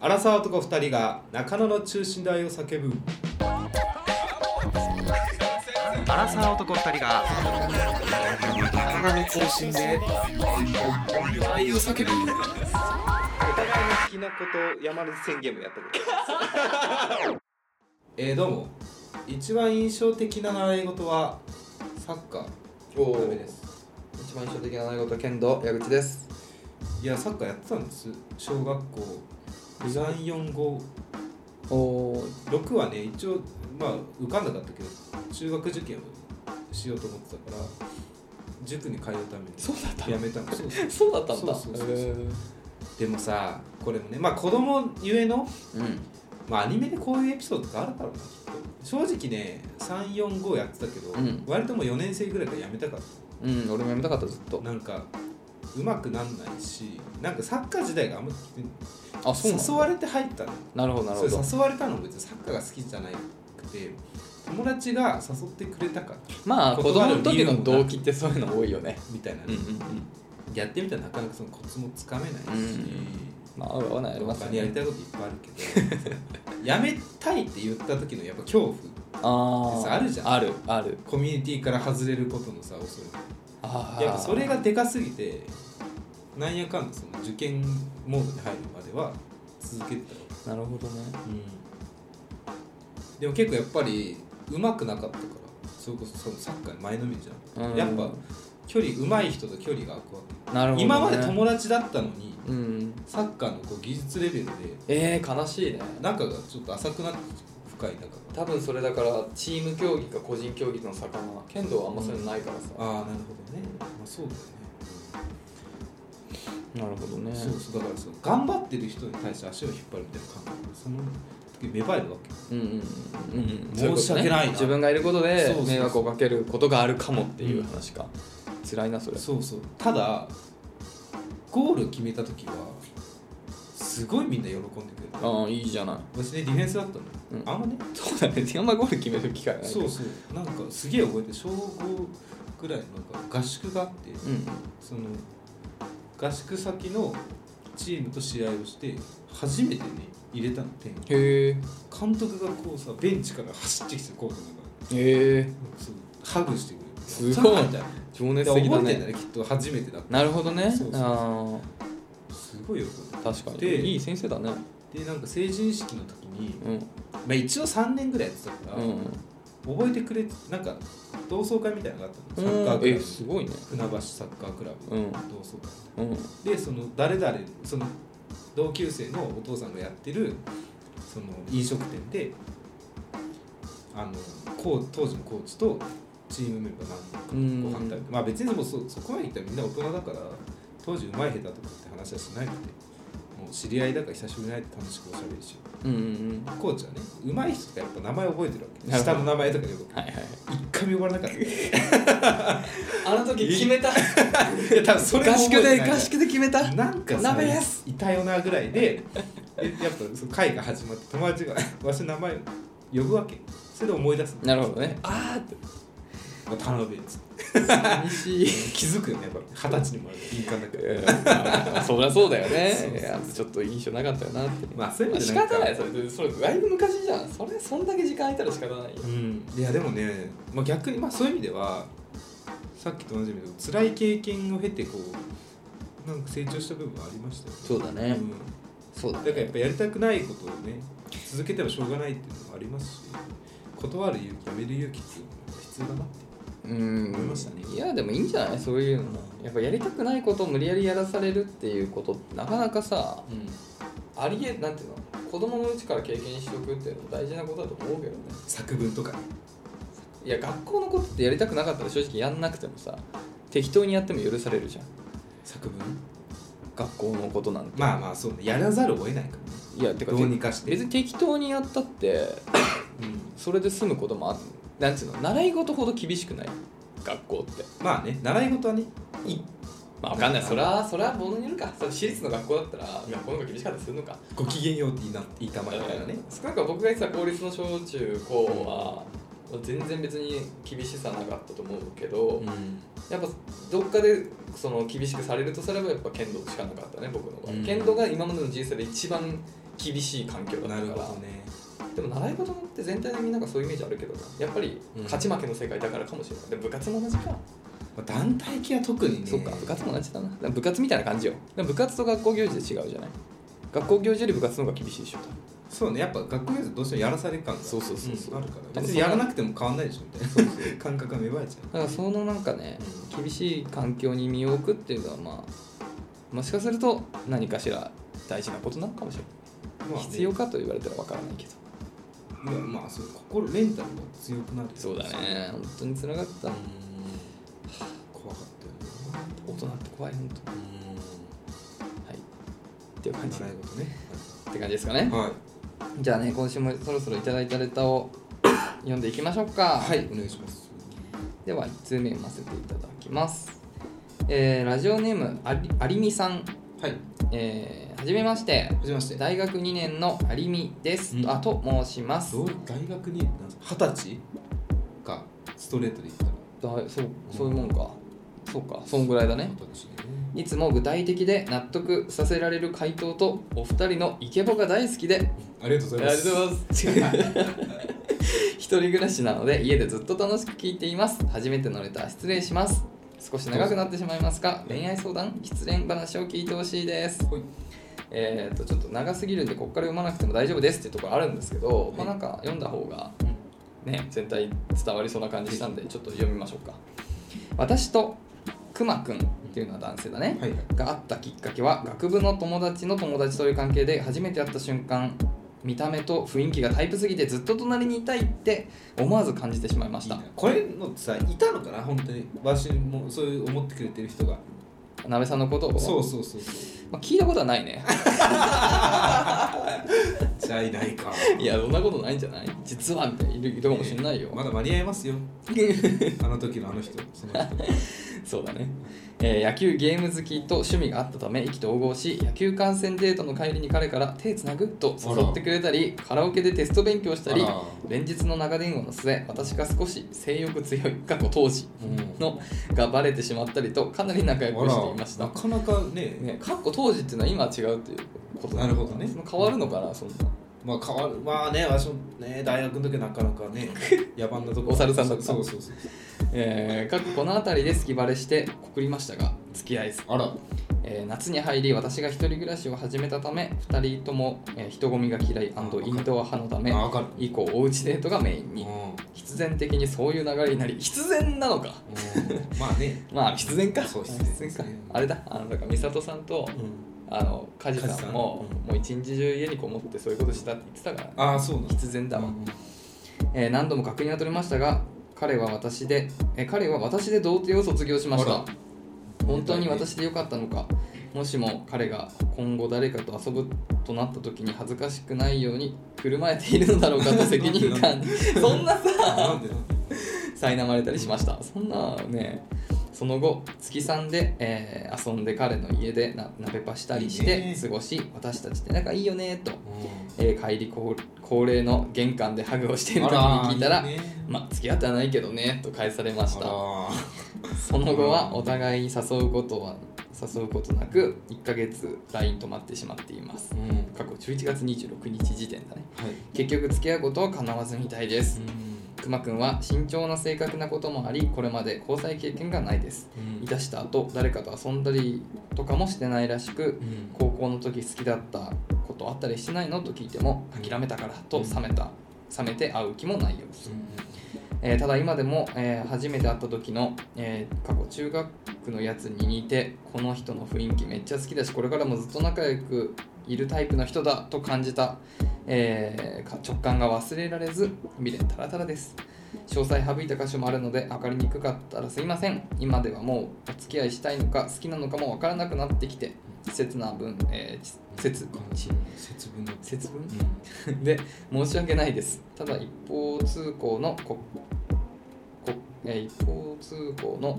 Speaker 1: 荒沢男2人が中野の中心大を叫ぶ
Speaker 3: 荒沢男二人が体の中心で愛を叫ぶ
Speaker 1: お互いの好きなことを山根宣言もやったこと えーどうも一番印象的な習い事はサッカー
Speaker 2: お
Speaker 1: ダメです
Speaker 2: 一番印象的な習い事は剣道矢口です
Speaker 1: いやサッカーやってたんです小学校345
Speaker 2: おお
Speaker 1: 6はね一応まあ受かんなかったけど中学受験をしようと思ってたから塾に通うために
Speaker 2: そうだった
Speaker 1: やめたのそうそう
Speaker 2: そうだったんだ
Speaker 1: そうそうそうそうでもさこれもねまあ子供ゆえの、
Speaker 2: うん
Speaker 1: まあ、アニメでこういうエピソードがあるだろうなきっと正直ね345やってたけど、
Speaker 2: うん
Speaker 1: 割ともう4年生ぐらいからやめたかっ
Speaker 2: うん、俺もやめたかったずったと
Speaker 1: なんかうまくなんないしなんかサッカー時代があんまり
Speaker 2: あそうなんだ
Speaker 1: 誘われて入ったの
Speaker 2: なるほどなるほど
Speaker 1: そう誘われたのも別にサッカーが好きじゃなくて友達が誘ってくれたから
Speaker 2: まあ子供の時の動機ってそういうの多いよね
Speaker 1: みたいなね、
Speaker 2: うんうんうん
Speaker 1: やってみたらなかなかそのコツもつかめないし、
Speaker 2: うんまあ合う合わないあります
Speaker 1: 他
Speaker 2: よ
Speaker 1: にやり
Speaker 2: ね
Speaker 1: たいこといっぱいあるけど やめたいって言った時のやっぱ恐怖実
Speaker 2: ああ
Speaker 1: はあるじゃん
Speaker 2: あるある
Speaker 1: コミュニティから外れることのさ恐
Speaker 2: ああ
Speaker 1: れやっぱそれがでかすぎてなんやかんだその受験モードに入るまでは続けてたわ
Speaker 2: なるほどね
Speaker 1: でも結構やっぱりうまくなかったからそれこそそのサッカーに前のめりじゃん、
Speaker 2: うん
Speaker 1: やっぱ距離上手い人と距離が空くわ
Speaker 2: な
Speaker 1: け、
Speaker 2: るほど、ね、
Speaker 1: 今まで友達だったのに
Speaker 2: うん
Speaker 1: サッカーのこう技術レベルで
Speaker 2: えー、悲しいね
Speaker 1: 仲がちょっと浅くなって深い仲が
Speaker 2: 多分それだからチーム競技か個人競技の差かな剣道はあんまそういうのないからさ、
Speaker 1: ああなるほどね、まあ、そうだよね、
Speaker 2: なるほどね
Speaker 1: そうそうだからその頑張ってる人に対して足を引っ張るみたいな感覚その時芽生えるわけ
Speaker 2: うんうんうんうんうん
Speaker 1: 申し訳ないな
Speaker 2: 自分がいること
Speaker 1: そう
Speaker 2: で
Speaker 1: そうそう
Speaker 2: 迷惑をかけることがあるかもっていう話か、辛いなそれ
Speaker 1: そうそうただゴール決めた時はすごいみんな喜んでくれた
Speaker 2: ああいいじゃない
Speaker 1: 私ねディフェンスだったの、
Speaker 2: うん
Speaker 1: あんまね
Speaker 2: そうだねあんまゴール決める機会ないから
Speaker 1: そうそうなんかすげえ覚えて小5ぐらいのなんか合宿があって
Speaker 2: うんうん
Speaker 1: その合宿先のチームと試合をして初めてね入れたの点を
Speaker 2: へえ
Speaker 1: 監督がこうさベンチから走ってきてコートの中
Speaker 2: へえ
Speaker 1: にそうハグしてくれて
Speaker 2: すごい
Speaker 1: ちょっと待って
Speaker 2: 情
Speaker 1: で
Speaker 2: 熱
Speaker 1: 覚え
Speaker 2: 的
Speaker 1: て
Speaker 2: だ
Speaker 1: んだ
Speaker 2: ね
Speaker 1: ねきっと初めてだっ
Speaker 2: なるほどね
Speaker 1: そうそうそう
Speaker 2: あ
Speaker 1: たすごい喜ん
Speaker 2: あ確かに
Speaker 1: で
Speaker 2: いい先生だね
Speaker 1: ででなんか成人式の時に、
Speaker 2: うん
Speaker 1: まあ、一応3年ぐらいやってたから、
Speaker 2: うん
Speaker 1: 覚えてくれてなんか同窓会みたいなのがあったのサッカー
Speaker 2: うん
Speaker 1: クラ
Speaker 2: え
Speaker 1: ブ
Speaker 2: すごいね
Speaker 1: 船橋サッカークラブ
Speaker 2: うん
Speaker 1: 同窓会
Speaker 2: うん
Speaker 1: でその誰々その同級生のお父さんがやってるその飲食店であのコー当時のコーチとチームメンバー何人かご飯食べてまあ別にでもそそこまで行ったらみんな大人だから当時うまい下手とかって話はしないのでもう知り合いだから久しぶりに会えて楽しくおしゃべりしよ
Speaker 2: うんうん
Speaker 1: うコーチはねうまい人とかやっぱ名前覚えてるわけ
Speaker 2: なるほ
Speaker 1: 下
Speaker 2: ど
Speaker 1: の名前とかよく
Speaker 2: はいはい
Speaker 1: 一回も呼ばれなか ったい
Speaker 2: あの時決 めた
Speaker 1: や多分それも
Speaker 2: 合
Speaker 1: 覚え
Speaker 2: 宿
Speaker 1: て
Speaker 2: で
Speaker 1: ない
Speaker 2: 合宿で決めた
Speaker 1: なんかさ
Speaker 2: 鍋です
Speaker 1: いたよなぐらいででやっぱその会が始まって友達がわしの名前を呼ぶわけそれで思い出す
Speaker 2: なるほどねああって
Speaker 1: まあ田辺っつって
Speaker 2: 寂しい
Speaker 1: 気づくよねやっぱ二十歳にもなると敏感だから
Speaker 2: そりゃそうだよ
Speaker 1: そうそうそ
Speaker 2: ね
Speaker 1: う
Speaker 2: いやちょっと印象なかったよなって
Speaker 1: まあそういうの
Speaker 2: 仕方ないそれそれだいぶ昔じゃんそれそんだけ時間空いたら仕方ないよ
Speaker 1: うんいやでもね、まあ、逆にまあそういう意味ではさっきと同じみたいに辛い経験を経てこうなんか成長した部分はありましたよね
Speaker 2: そうだね
Speaker 1: ん
Speaker 2: そうだ
Speaker 1: だからやっぱやりたくないことをね続けてもしょうがないっていうのもありますし断る勇気やめる勇気っていうのも必要だなって
Speaker 2: う
Speaker 1: 思い
Speaker 2: ん
Speaker 1: ましたね
Speaker 2: いやでもいいんじゃないそういうのもやっぱやりたくないことを無理やりやらされるっていうことってなかなかさ
Speaker 1: うん
Speaker 2: ありえなんていうの子供のうちから経験しておくっていうのも大事なことだと思うけどね
Speaker 1: 作文とかね
Speaker 2: いや学校のことってやりたくなかったら正直やんなくてもさ適当にやっても許されるじゃん
Speaker 1: 作文
Speaker 2: 学校のことなんて
Speaker 1: まあまあそうねやらざるを得ないからね
Speaker 2: いやてか
Speaker 1: どうにかして
Speaker 2: 別に適当にやったって
Speaker 1: うん
Speaker 2: それで済むこともあなんつうの習い事ほど厳しくない学校って
Speaker 1: まあね習い事はねい
Speaker 2: まあわかんないそれはそれはものによるかそれ私立の学校だったら学校の方が厳しかったりするのか
Speaker 1: ご機嫌ようって言いな言いたまえみたいなね
Speaker 2: 少なくとも僕が言ってた公立の小中高は全然別に厳しさなかったと思うけど、
Speaker 1: ん
Speaker 2: やっぱどっかでその厳しくされるとすればやっぱ剣道しかなかったね僕の場合、
Speaker 1: うん
Speaker 2: 剣道が今までの人生で一番厳しい環境だ
Speaker 1: な
Speaker 2: った
Speaker 1: る
Speaker 2: か
Speaker 1: ほ
Speaker 2: ら
Speaker 1: どね
Speaker 2: でも習い事って全体でみんながそういうイメージあるけどなやっぱり
Speaker 1: うん
Speaker 2: 勝ち負けの世界だからかもしれないでも部活も同じか、
Speaker 1: まあ団体系は特にね
Speaker 2: そうか部活も同じだなだから部活みたいな感じよでも部活と学校行事で違うじゃない学校行事より部活の方が厳しいでしょ
Speaker 1: そうねやっぱ学校やつどうしてもやらされる感が
Speaker 2: そうそうそうそうん
Speaker 1: あるから
Speaker 2: だって
Speaker 1: 別にやらなくても変わんないでしょみたいな 感覚が芽生えちゃ
Speaker 2: だからそのなんかね厳しい環境に身を置くっていうのはまあもしかすると何かしら大事なことなのかもしれな
Speaker 1: う、まあ
Speaker 2: い、
Speaker 1: ね、
Speaker 2: 必要かと言われたらわからないけど
Speaker 1: いやまあそう心メンタルも強くなる
Speaker 2: そうだね本当につながった
Speaker 1: うん怖かったよね
Speaker 2: 大人って怖い本当
Speaker 1: う
Speaker 2: はいっていうん感 じっ
Speaker 1: 習い事ね
Speaker 2: て感じですかね
Speaker 1: はい
Speaker 2: じゃあね今週もそろそろいただいたレターを読んでいきましょうか
Speaker 1: はいお願いします
Speaker 2: では1通目読ませていただきます、えーラジオネームありありみさん
Speaker 1: はい
Speaker 2: えーはじめまして
Speaker 1: はじめまして
Speaker 2: 大学2年のありみです、
Speaker 1: うん
Speaker 2: あと申します
Speaker 1: どう大学になんすか二十歳かストレートで言ったら
Speaker 2: だそうそういうもんかそうかそんぐらいだね
Speaker 1: 二十歳ね
Speaker 2: いつも具体的で納得させられる回答とお二人のイケボが大好きで
Speaker 1: ありがとうございます
Speaker 2: ありがとうご
Speaker 1: 違
Speaker 2: ざいます
Speaker 1: う
Speaker 2: 一人暮らしなので家でずっと楽しく聞いています初めてのレター失礼します少し長くなってしまいますが恋愛相談失恋話を聞いてほしいです
Speaker 1: はい
Speaker 2: えー、とちょっと長すぎるんでここから読まなくても大丈夫ですっていうところあるんですけど、まあなんか読んだ方がね全体伝わりそうな感じしたんでちょっと読みましょうか私とくまくんっていうのは男性だね、
Speaker 1: はい
Speaker 2: があったきっかけは学部の友達の友達という関係で初めて会った瞬間見た目と雰囲気がタイプすぎてずっと隣にいたいって思わず感じてしまいました
Speaker 1: いいなこれのさいたのかな本当にわしもそういう思ってくれてる人が
Speaker 2: なべさんのことを
Speaker 1: そうそうそうそう
Speaker 2: まあ、聞いたことはないね
Speaker 1: じゃあいないか
Speaker 2: いやそんなことないんじゃない実はみたいないるいるかもしれないよ、
Speaker 1: まだ間に合いますよあの時のあの人その人
Speaker 2: そうだね、えー野球ゲーム好きと趣味があったため意気投合し野球観戦デートの帰りに彼から手つなぐと誘ってくれたりカラオケでテスト勉強したり
Speaker 1: あら
Speaker 2: 連日の長電話の末私が少し性欲強い過去当時のがバレてしまったりとかなり仲良くしていました
Speaker 1: な、かなかね
Speaker 2: ね、過去当時っていうのは今は違うっていうこと
Speaker 1: なるほどね
Speaker 2: その変わるのかなそんな
Speaker 1: まあ変わるまあねわしもね大学の時はなかなか ね野蛮なとこ
Speaker 2: お猿さんだった
Speaker 1: そうそうそう
Speaker 2: えー、過去この辺りで好きバレして告りましたが付き合えず
Speaker 1: あら
Speaker 2: えー夏に入り私が一人暮らしを始めたため2人とも、えー人混みが嫌いインドア派のため
Speaker 1: あわかる
Speaker 2: 以降おうちデートがメイ
Speaker 1: う
Speaker 2: ン
Speaker 1: ん
Speaker 2: に必然的にそういう流れになり必然なのか
Speaker 1: うんまあね
Speaker 2: まあ必然か
Speaker 1: そう必然
Speaker 2: 必然かあれだあのだから美里さんと
Speaker 1: うん
Speaker 2: あの梶さん
Speaker 1: 梶さん
Speaker 2: も
Speaker 1: うん
Speaker 2: もう一日中家にこもってそういうことしたって言ってたから、ね、
Speaker 1: ああそうなん
Speaker 2: 必然だわ、えー何度も確認は取れましたが彼は私で、えー彼は私で童貞を卒業しまし
Speaker 1: あ
Speaker 2: た
Speaker 1: ら
Speaker 2: 本当に私でよかったのかもしも彼が今後誰かと遊ぶとなった時に恥ずかしくないように振る舞えているのだろうかと責任感そんな
Speaker 1: な
Speaker 2: さ
Speaker 1: んで なんで
Speaker 2: 苛まれたりしましたそんなねその後月3で、えー遊んで彼の家でな鍋パしたりし
Speaker 1: いい
Speaker 2: て
Speaker 1: ね
Speaker 2: 過ごし私たちって仲いいよねと、えー帰りこう恒例の玄関でハグをしている時に聞いたら
Speaker 1: あいいね
Speaker 2: まあ付き合ってはないけどねと返されまし
Speaker 1: あ
Speaker 2: た
Speaker 1: ら
Speaker 2: その後はお互いに誘うことは誘うことなく1ヶ月 LINE 止まってしまっています
Speaker 1: うんはい
Speaker 2: 過去11月26日時点だね結局付き合うことは叶わずみたいですくまくんは慎重な性格なこともありこれまで交際経験がないです
Speaker 1: うん
Speaker 2: いたした後誰かと遊んだりとかもしてないらしく
Speaker 1: うん
Speaker 2: 高校の時好きだったことあったりしてないのと聞いても諦めたからと冷めた冷めて会う気もないようです
Speaker 1: うん
Speaker 2: ええーただ今でも、えー初めて会った時の、えー過去中学のやつに似てこの人の雰囲気めっちゃ好きだしこれからもずっと仲良くいるタイプの人だと感じた、えーか直感が忘れられず未練たらたらです詳細省いた箇所もあるので分かりにくかったらすいません今ではもうお付き合いしたいのか好きなのかも分からなくなってきて稚拙な分、えー、ち切
Speaker 1: 節分の
Speaker 2: 節分
Speaker 1: うん
Speaker 2: で申し訳ないですただ一方通行のここ、えー一方通行の、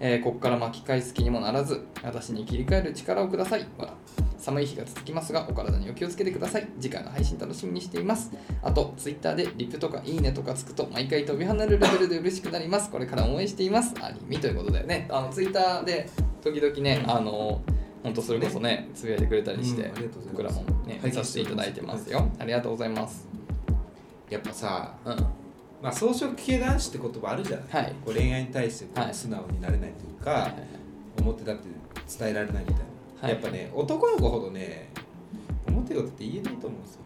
Speaker 2: えーこっから巻き返す気にもならず私に切り替える力をください笑寒い日が続きますがお体にお気をつけてください次回の配信楽しみにしていますあとツイッターでリプとかいいねとかつくと毎回飛び跳ねるレベルで嬉しくなりますこれから応援していますアニミということだよねあのツイッターで時々ね、あの本当それこそねつぶやいてくれたりして、
Speaker 1: うんありがとうござ
Speaker 2: 僕
Speaker 1: い
Speaker 2: ら
Speaker 1: ます
Speaker 2: もね
Speaker 1: 拝見
Speaker 2: させていただいてますよ、
Speaker 1: は
Speaker 2: ありがとうございます
Speaker 1: やっぱさ
Speaker 2: うん
Speaker 1: まあ草食系男子って言葉あるじゃない、
Speaker 2: はい
Speaker 1: こう恋愛に対してこ
Speaker 2: は
Speaker 1: う
Speaker 2: い
Speaker 1: 素直になれないというか、
Speaker 2: はいはいはい
Speaker 1: 表だって伝えられないみたいな、
Speaker 2: はい
Speaker 1: やっぱね男の子ほどね表よって言えないと思うんですよ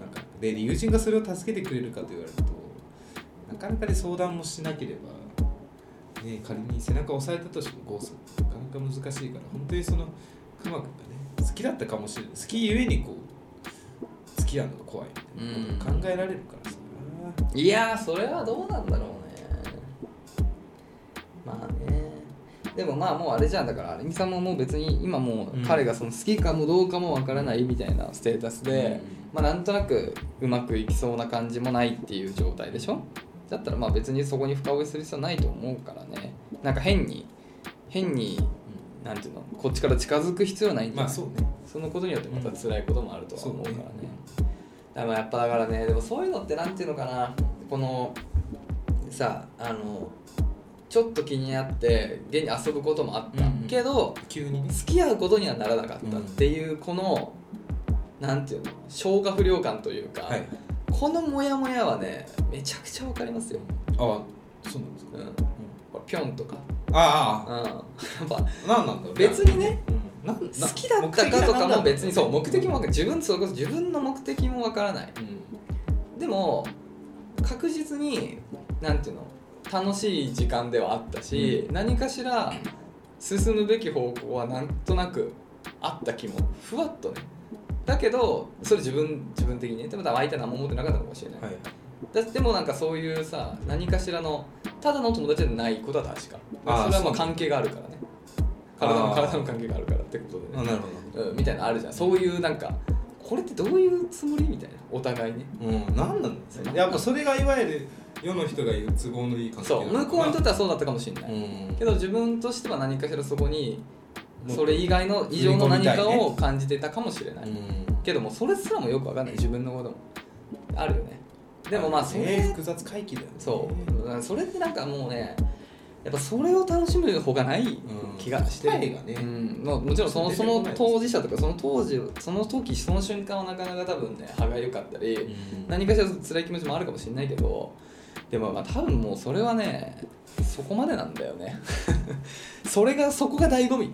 Speaker 1: なんかで友人がそれを助けてくれるかと言われるとなかなかで相談もしなければ、ね、仮に背中を押されたとしてもこうするなかなか難しいから本当にそのくまくんがね好きだったかもしれない好きゆえにこう好きなのが怖いみたいなことを考えられるからさ、
Speaker 2: うんいやーそれはどうなんだろうねまあねでもまあもうあれじゃんだからアルミさんももう別に今もう彼がその好きかもどうかもわからないみたいなステータスで、まあなんとなくうまくいきそうな感じもないっていう状態でしょだったらまあ別にそこに深追いする必要ないと思うからねなんか変に変になんていうのこっちから近づく必要ないんじゃな
Speaker 1: ま
Speaker 2: い
Speaker 1: あそうね
Speaker 2: そのことによってまた辛いこともあるとは思うからね
Speaker 1: うんそう。
Speaker 2: だからやっぱだからねでもそういうのってなんていうのかなこのさあのちょっと気になって現に遊ぶこともあった、
Speaker 1: うんうん
Speaker 2: けど
Speaker 1: 急にね
Speaker 2: 付き合うことにはならなかったっていうこの、なんていうの消化不良感というか、
Speaker 1: はい
Speaker 2: このモヤモヤはねめちゃくちゃわかりますよ。
Speaker 1: ああそうなんです
Speaker 2: う
Speaker 1: か、
Speaker 2: ん、
Speaker 1: うん
Speaker 2: ほらぴょんとか、
Speaker 1: あ
Speaker 2: うん、
Speaker 1: ああ
Speaker 2: やっぱ
Speaker 1: あ何なんだろう
Speaker 2: 別にね
Speaker 1: うんなんな
Speaker 2: 好きだったかとかも別にそう目的もわかんない自分それこそ自分の目的もわからない
Speaker 1: うん
Speaker 2: でも確実になんていうの楽しい時間ではあったし、何かしら進むべき方向はなんとなくあった気もふわっとねだけどそれ自分自分的にねでも多分相手は何も思ってなかったのかもしれない、
Speaker 1: はい
Speaker 2: だでもなんかそういうさ何かしらのただの友達じゃないことは確か
Speaker 1: あー
Speaker 2: それはま
Speaker 1: そ
Speaker 2: あ
Speaker 1: う
Speaker 2: 関係があるからね体
Speaker 1: あ
Speaker 2: の
Speaker 1: ー
Speaker 2: 体の関係があるからってことでね
Speaker 1: あなるほ
Speaker 2: うん、みたいなのあるじゃんそういうなんかこれってどういうつもりみたいなお互いね
Speaker 1: どうん何なんですねやっぱそれがいわゆる世の人が言う都合のいい関係
Speaker 2: そう向こうにとってはそうだったかもしれ
Speaker 1: て
Speaker 2: ない、
Speaker 1: うん
Speaker 2: けど自分としては何かしらそこに
Speaker 1: もう
Speaker 2: それ以外の異常
Speaker 1: 踏み込
Speaker 2: の何
Speaker 1: みたいね
Speaker 2: かを感じてたかもしれない、
Speaker 1: うん
Speaker 2: けどもそれすらもよくわかんない自分のこともあるよねでもまあそれ、
Speaker 1: ね複雑回帰だよね
Speaker 2: そうそれってなんかもうねやっぱそれを楽しむほかない気がしてる、
Speaker 1: 答えがね
Speaker 2: うんまあ、もちろんその
Speaker 1: 出
Speaker 2: そ
Speaker 1: てこない
Speaker 2: の当事者とかその当時その時その瞬間はなかなか多分ね歯がゆかったり、
Speaker 1: 何
Speaker 2: 何かしら辛い気持ちもあるかもしれないけどでもまあ多分もうそれはねそこまでなんだよね それがそこが醍醐味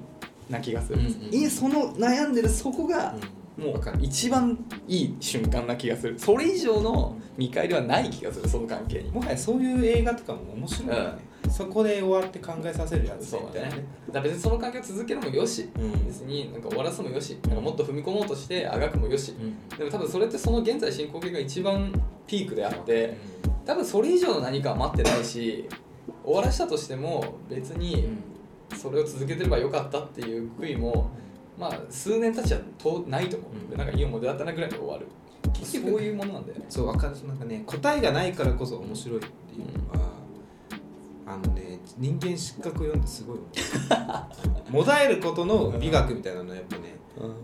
Speaker 2: な気がする、
Speaker 1: うんうん
Speaker 2: いいその悩んでるそこが、もう一番いい瞬間な気がするそれ以上の見返りはない気がするその関係に
Speaker 1: もはやそういう映画とかも面白いよねそこで終わって考えさせるやつ
Speaker 2: そ
Speaker 1: み
Speaker 2: う
Speaker 1: た
Speaker 2: だ
Speaker 1: いな
Speaker 2: ねだから別にその関係を続けるもよし
Speaker 1: うん
Speaker 2: 別になんか終わらすもよしなんかもっと踏み込もうとしてあがくもよし
Speaker 1: うん
Speaker 2: でも多分それってその現在進行形が一番ピークであって、多分それ以上の何かは待ってないし終わらしたとしても別にそれを続けてればよかったっていう悔いもまあ数年経ちはとないと思う、
Speaker 1: うん
Speaker 2: なんかいい思い出だったなぐらいで終わる結局そういうものなんだよね
Speaker 1: そうわかるなんかね答えがないからこそ面白いっていうのは、あのね人間失格を読んですごい思 うもだえることの美学みたいなのはやっぱね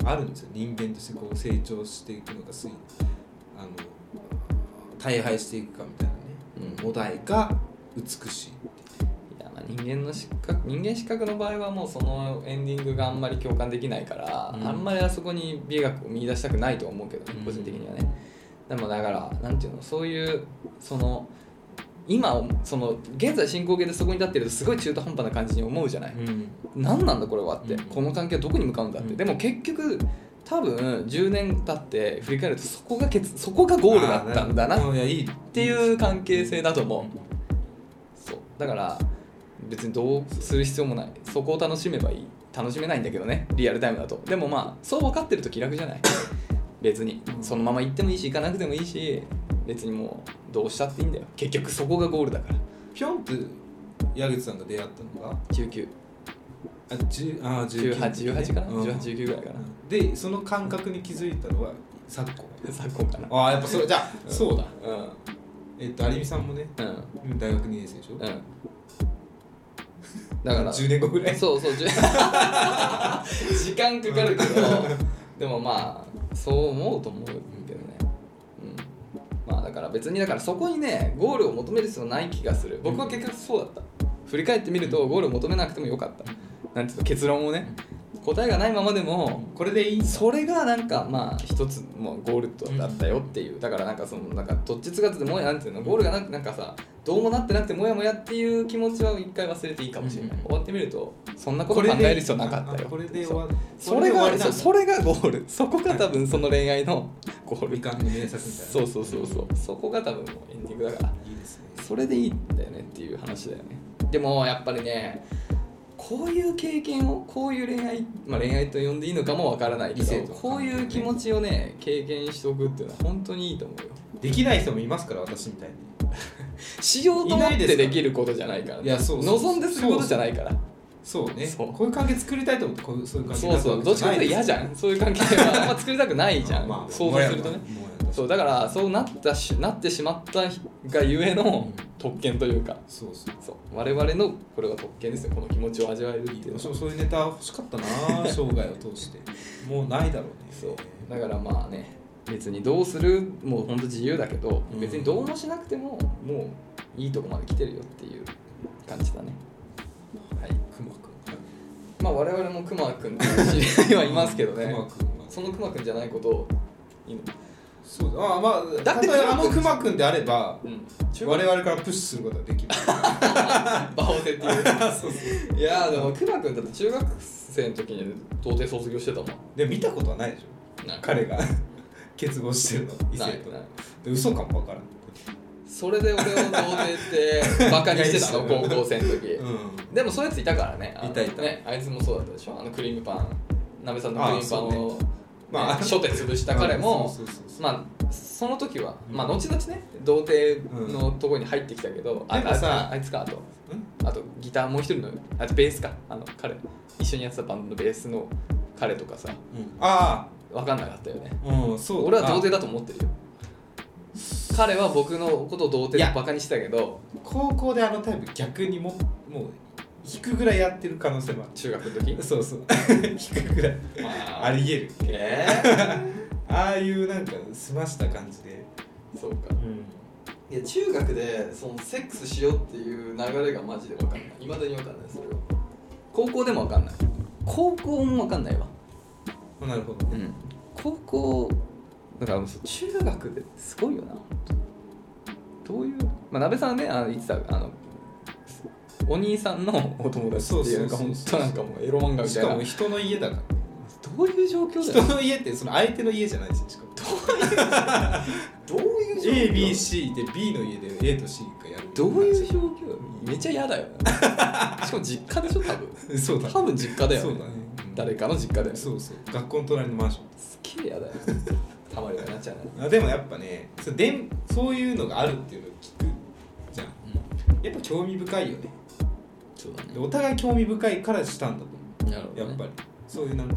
Speaker 1: あるんですよ人間としてこう成長していくのかすいあの大敗していくかみたいなね、
Speaker 2: うん
Speaker 1: もだえが美しい
Speaker 2: いやまあ人間の失格人間失格の場合はもうそのエンディングがあんまり共感できないから、
Speaker 1: うん
Speaker 2: あんまりあそこに美学を見出したくないとは思うけどね、
Speaker 1: うん
Speaker 2: 個人的にはねでもだからなんていうのそういうその今をその現在進行形でそこに立ってるとすごい中途半端な感じに思うじゃない、何なんだこれはって、
Speaker 1: うん
Speaker 2: この関係はどこに向かうんだって、
Speaker 1: うん
Speaker 2: でも結局多分10年経って振り返るとそこがけつそこがゴールだったんだなっ
Speaker 1: あいやいいって
Speaker 2: いう関係性だと思うだから別にどうする必要もないそこを楽しめばいい楽しめないんだけどねリアルタイムだとでもまあそう分かってると気楽じゃない別にそのまま行ってもいいし行かなくてもいいし別にもうどうしたっていいんだよ結局そこがゴールだから
Speaker 1: ぴょんって矢口さんが出会ったのが
Speaker 2: 1918
Speaker 1: あ10あ19
Speaker 2: 18かな、
Speaker 1: うん
Speaker 2: 1819ぐらいかな、
Speaker 1: でその感覚に気づいたのは昨今
Speaker 2: 昨今かな
Speaker 1: ああやっぱそれじゃあそうだ
Speaker 2: うん
Speaker 1: えっと有美さんもね
Speaker 2: うん
Speaker 1: 大学2年生でしょ
Speaker 2: うんだから
Speaker 1: 10年後ぐらい
Speaker 2: そうそう 10時間かかるけどでもまあそう思うと思うけどね、うん、まあだから別にだからそこにねゴールを求める必要ない気がする僕は結局そうだった振り返ってみるとゴールを求めなくてもよかったなんていうの結論をね答えがないままでも
Speaker 1: これでいい
Speaker 2: それがなんかまあ一つもうゴールとだったよっていうだからなんかそのなんかどっちつかずでもやなんていうのゴールがななんかさどうもなってなくてもやもやっていう気持ちは一回忘れていいかもしれない
Speaker 3: うん
Speaker 2: 終わってみるとそんなこと考える必要なかった
Speaker 1: あ
Speaker 2: よ
Speaker 1: これで終
Speaker 2: そう
Speaker 1: わる
Speaker 2: それがそうそ
Speaker 1: れ
Speaker 2: れがゴールそこが多分その恋愛のゴール
Speaker 1: 未完の名作みたいな
Speaker 2: そうそうそうそうそこが多分もうエンディングだから
Speaker 1: いいですね
Speaker 2: それでいいんだよねっていう話だよねでもやっぱりねこういう経験をこういう恋愛、まあ、恋愛と呼んでいいのかもわからないけ
Speaker 1: 異性と
Speaker 2: ど
Speaker 1: かね
Speaker 2: こういう気持ちをね経験しておくっていうのは本当にいいと思うよ
Speaker 1: できない人もいますから私みたいに
Speaker 2: しようと
Speaker 1: い
Speaker 2: 思
Speaker 1: な
Speaker 2: っ
Speaker 1: いです
Speaker 2: て
Speaker 1: から
Speaker 2: できることじゃないから、
Speaker 1: いやそうそう
Speaker 2: 望んですることじゃないから
Speaker 1: そうね
Speaker 2: そう
Speaker 1: こういう関係作りたいと思ってこういうそういう関係
Speaker 2: そうそうどっちかというと嫌じゃんそういう関係はあんま作りたくないじ ゃん、想像するとねそうだからそうなったしなってしまったがゆえの特権というか
Speaker 1: そうそう
Speaker 2: そう我々のこれは特権ですよこの気持ちを味わえるっていうのは
Speaker 1: そうそういうネタ欲しかったな生涯を通してもうないだろうね
Speaker 2: そうだからまあね別にどうするもうほんと自由だけど、
Speaker 1: うん
Speaker 2: 別にどうもしなくてももういいとこまで来てるよっていう感じだねはい
Speaker 1: くまくん
Speaker 2: まあ我々もくまくんっていう知り合いはいますけどね
Speaker 1: くまくんは
Speaker 2: そのくまくんじゃないことをいいの
Speaker 1: そうだあまあ
Speaker 2: だ
Speaker 1: だ
Speaker 2: っ
Speaker 1: っててあのくまくんであれば
Speaker 2: うん中
Speaker 1: 我
Speaker 2: 学
Speaker 1: 々からプッシュすることはできる
Speaker 2: バオセっていう
Speaker 1: そうそう
Speaker 2: いやーでもくまくんだって中学生の時に童貞卒業してたもん
Speaker 1: で見たことはないでしょ
Speaker 2: なんか
Speaker 1: 彼が 結合してるの異
Speaker 2: な
Speaker 1: 性
Speaker 2: い
Speaker 1: と
Speaker 2: ない
Speaker 1: で嘘かもわからん
Speaker 2: それで俺を童貞ってバカにしてた の
Speaker 1: いやい
Speaker 2: 高
Speaker 1: や
Speaker 2: 校生の時、
Speaker 1: う
Speaker 2: でもそういうやついたからねあの
Speaker 1: いたいた
Speaker 2: ねあいつもそうだったでしょあのクリームパンなべさんのクリームパン
Speaker 1: あそう
Speaker 2: を、ね
Speaker 1: まあ
Speaker 2: 初手潰した彼も
Speaker 1: そうそうそうそう
Speaker 2: まあその時は、
Speaker 1: うん
Speaker 2: まあ後々ね童貞のとこに入ってきたけど、あ
Speaker 1: でもさ
Speaker 2: ああいつかあと
Speaker 1: ん
Speaker 2: あとギターもう一人のあとベースかあの彼一緒にやってたバンドのベースの彼とかさ
Speaker 1: あ
Speaker 2: 分かんなかったよね
Speaker 1: あうんそう
Speaker 2: 俺は童貞
Speaker 1: だ
Speaker 2: だと思ってるよ彼は僕のことを童貞でバカにしてたけど
Speaker 1: 高校であのタイプ逆にももう引くぐらいやってる可能性もあ
Speaker 2: 中学の時
Speaker 1: るそうそう引くぐらい ありえる
Speaker 2: え
Speaker 1: ああいうなんか澄ました感じで
Speaker 2: ー、そうかいや中学でそのセックスしようっていう流れがマジで分かんないいまだに分かんないそれは高校でも分かんない高校も分かんないわ
Speaker 1: うんなるほど
Speaker 2: うん高校だからもうそう中学ですごいよなどういうまあなべさんねあの言ってたあのお兄さんのお友達っていうの
Speaker 1: そうそ
Speaker 2: が
Speaker 1: う
Speaker 2: 本
Speaker 1: そう
Speaker 2: 当
Speaker 1: そう
Speaker 2: なんかもうエロ漫画み
Speaker 1: した
Speaker 2: い
Speaker 1: か
Speaker 2: な
Speaker 1: も人の家だから
Speaker 2: どういう状況だ
Speaker 1: 人
Speaker 2: よ
Speaker 1: の家ってその相手の家じゃないししかも
Speaker 2: どういう状況
Speaker 1: ABC で B の家で A と C がやる
Speaker 2: どういう状況めっちゃ嫌だよなしかも実家で しょ多分
Speaker 1: うそうだ
Speaker 2: 多分実家だよ、
Speaker 1: そ
Speaker 2: ね
Speaker 1: うだねうん
Speaker 2: 誰かの実家だよね
Speaker 1: そうそう学校の隣のマンション
Speaker 2: すっげえ やだよたまりはなっちゃうね
Speaker 1: あでもやっぱねそうでんそういうのがあるっていうのを聞くじゃんやっぱ興味深いよね
Speaker 2: そうだ
Speaker 1: でお互い興味深いからしたんだと思
Speaker 2: ねなるほ
Speaker 1: うや
Speaker 2: ど、ね、
Speaker 1: っぱりそういうなんか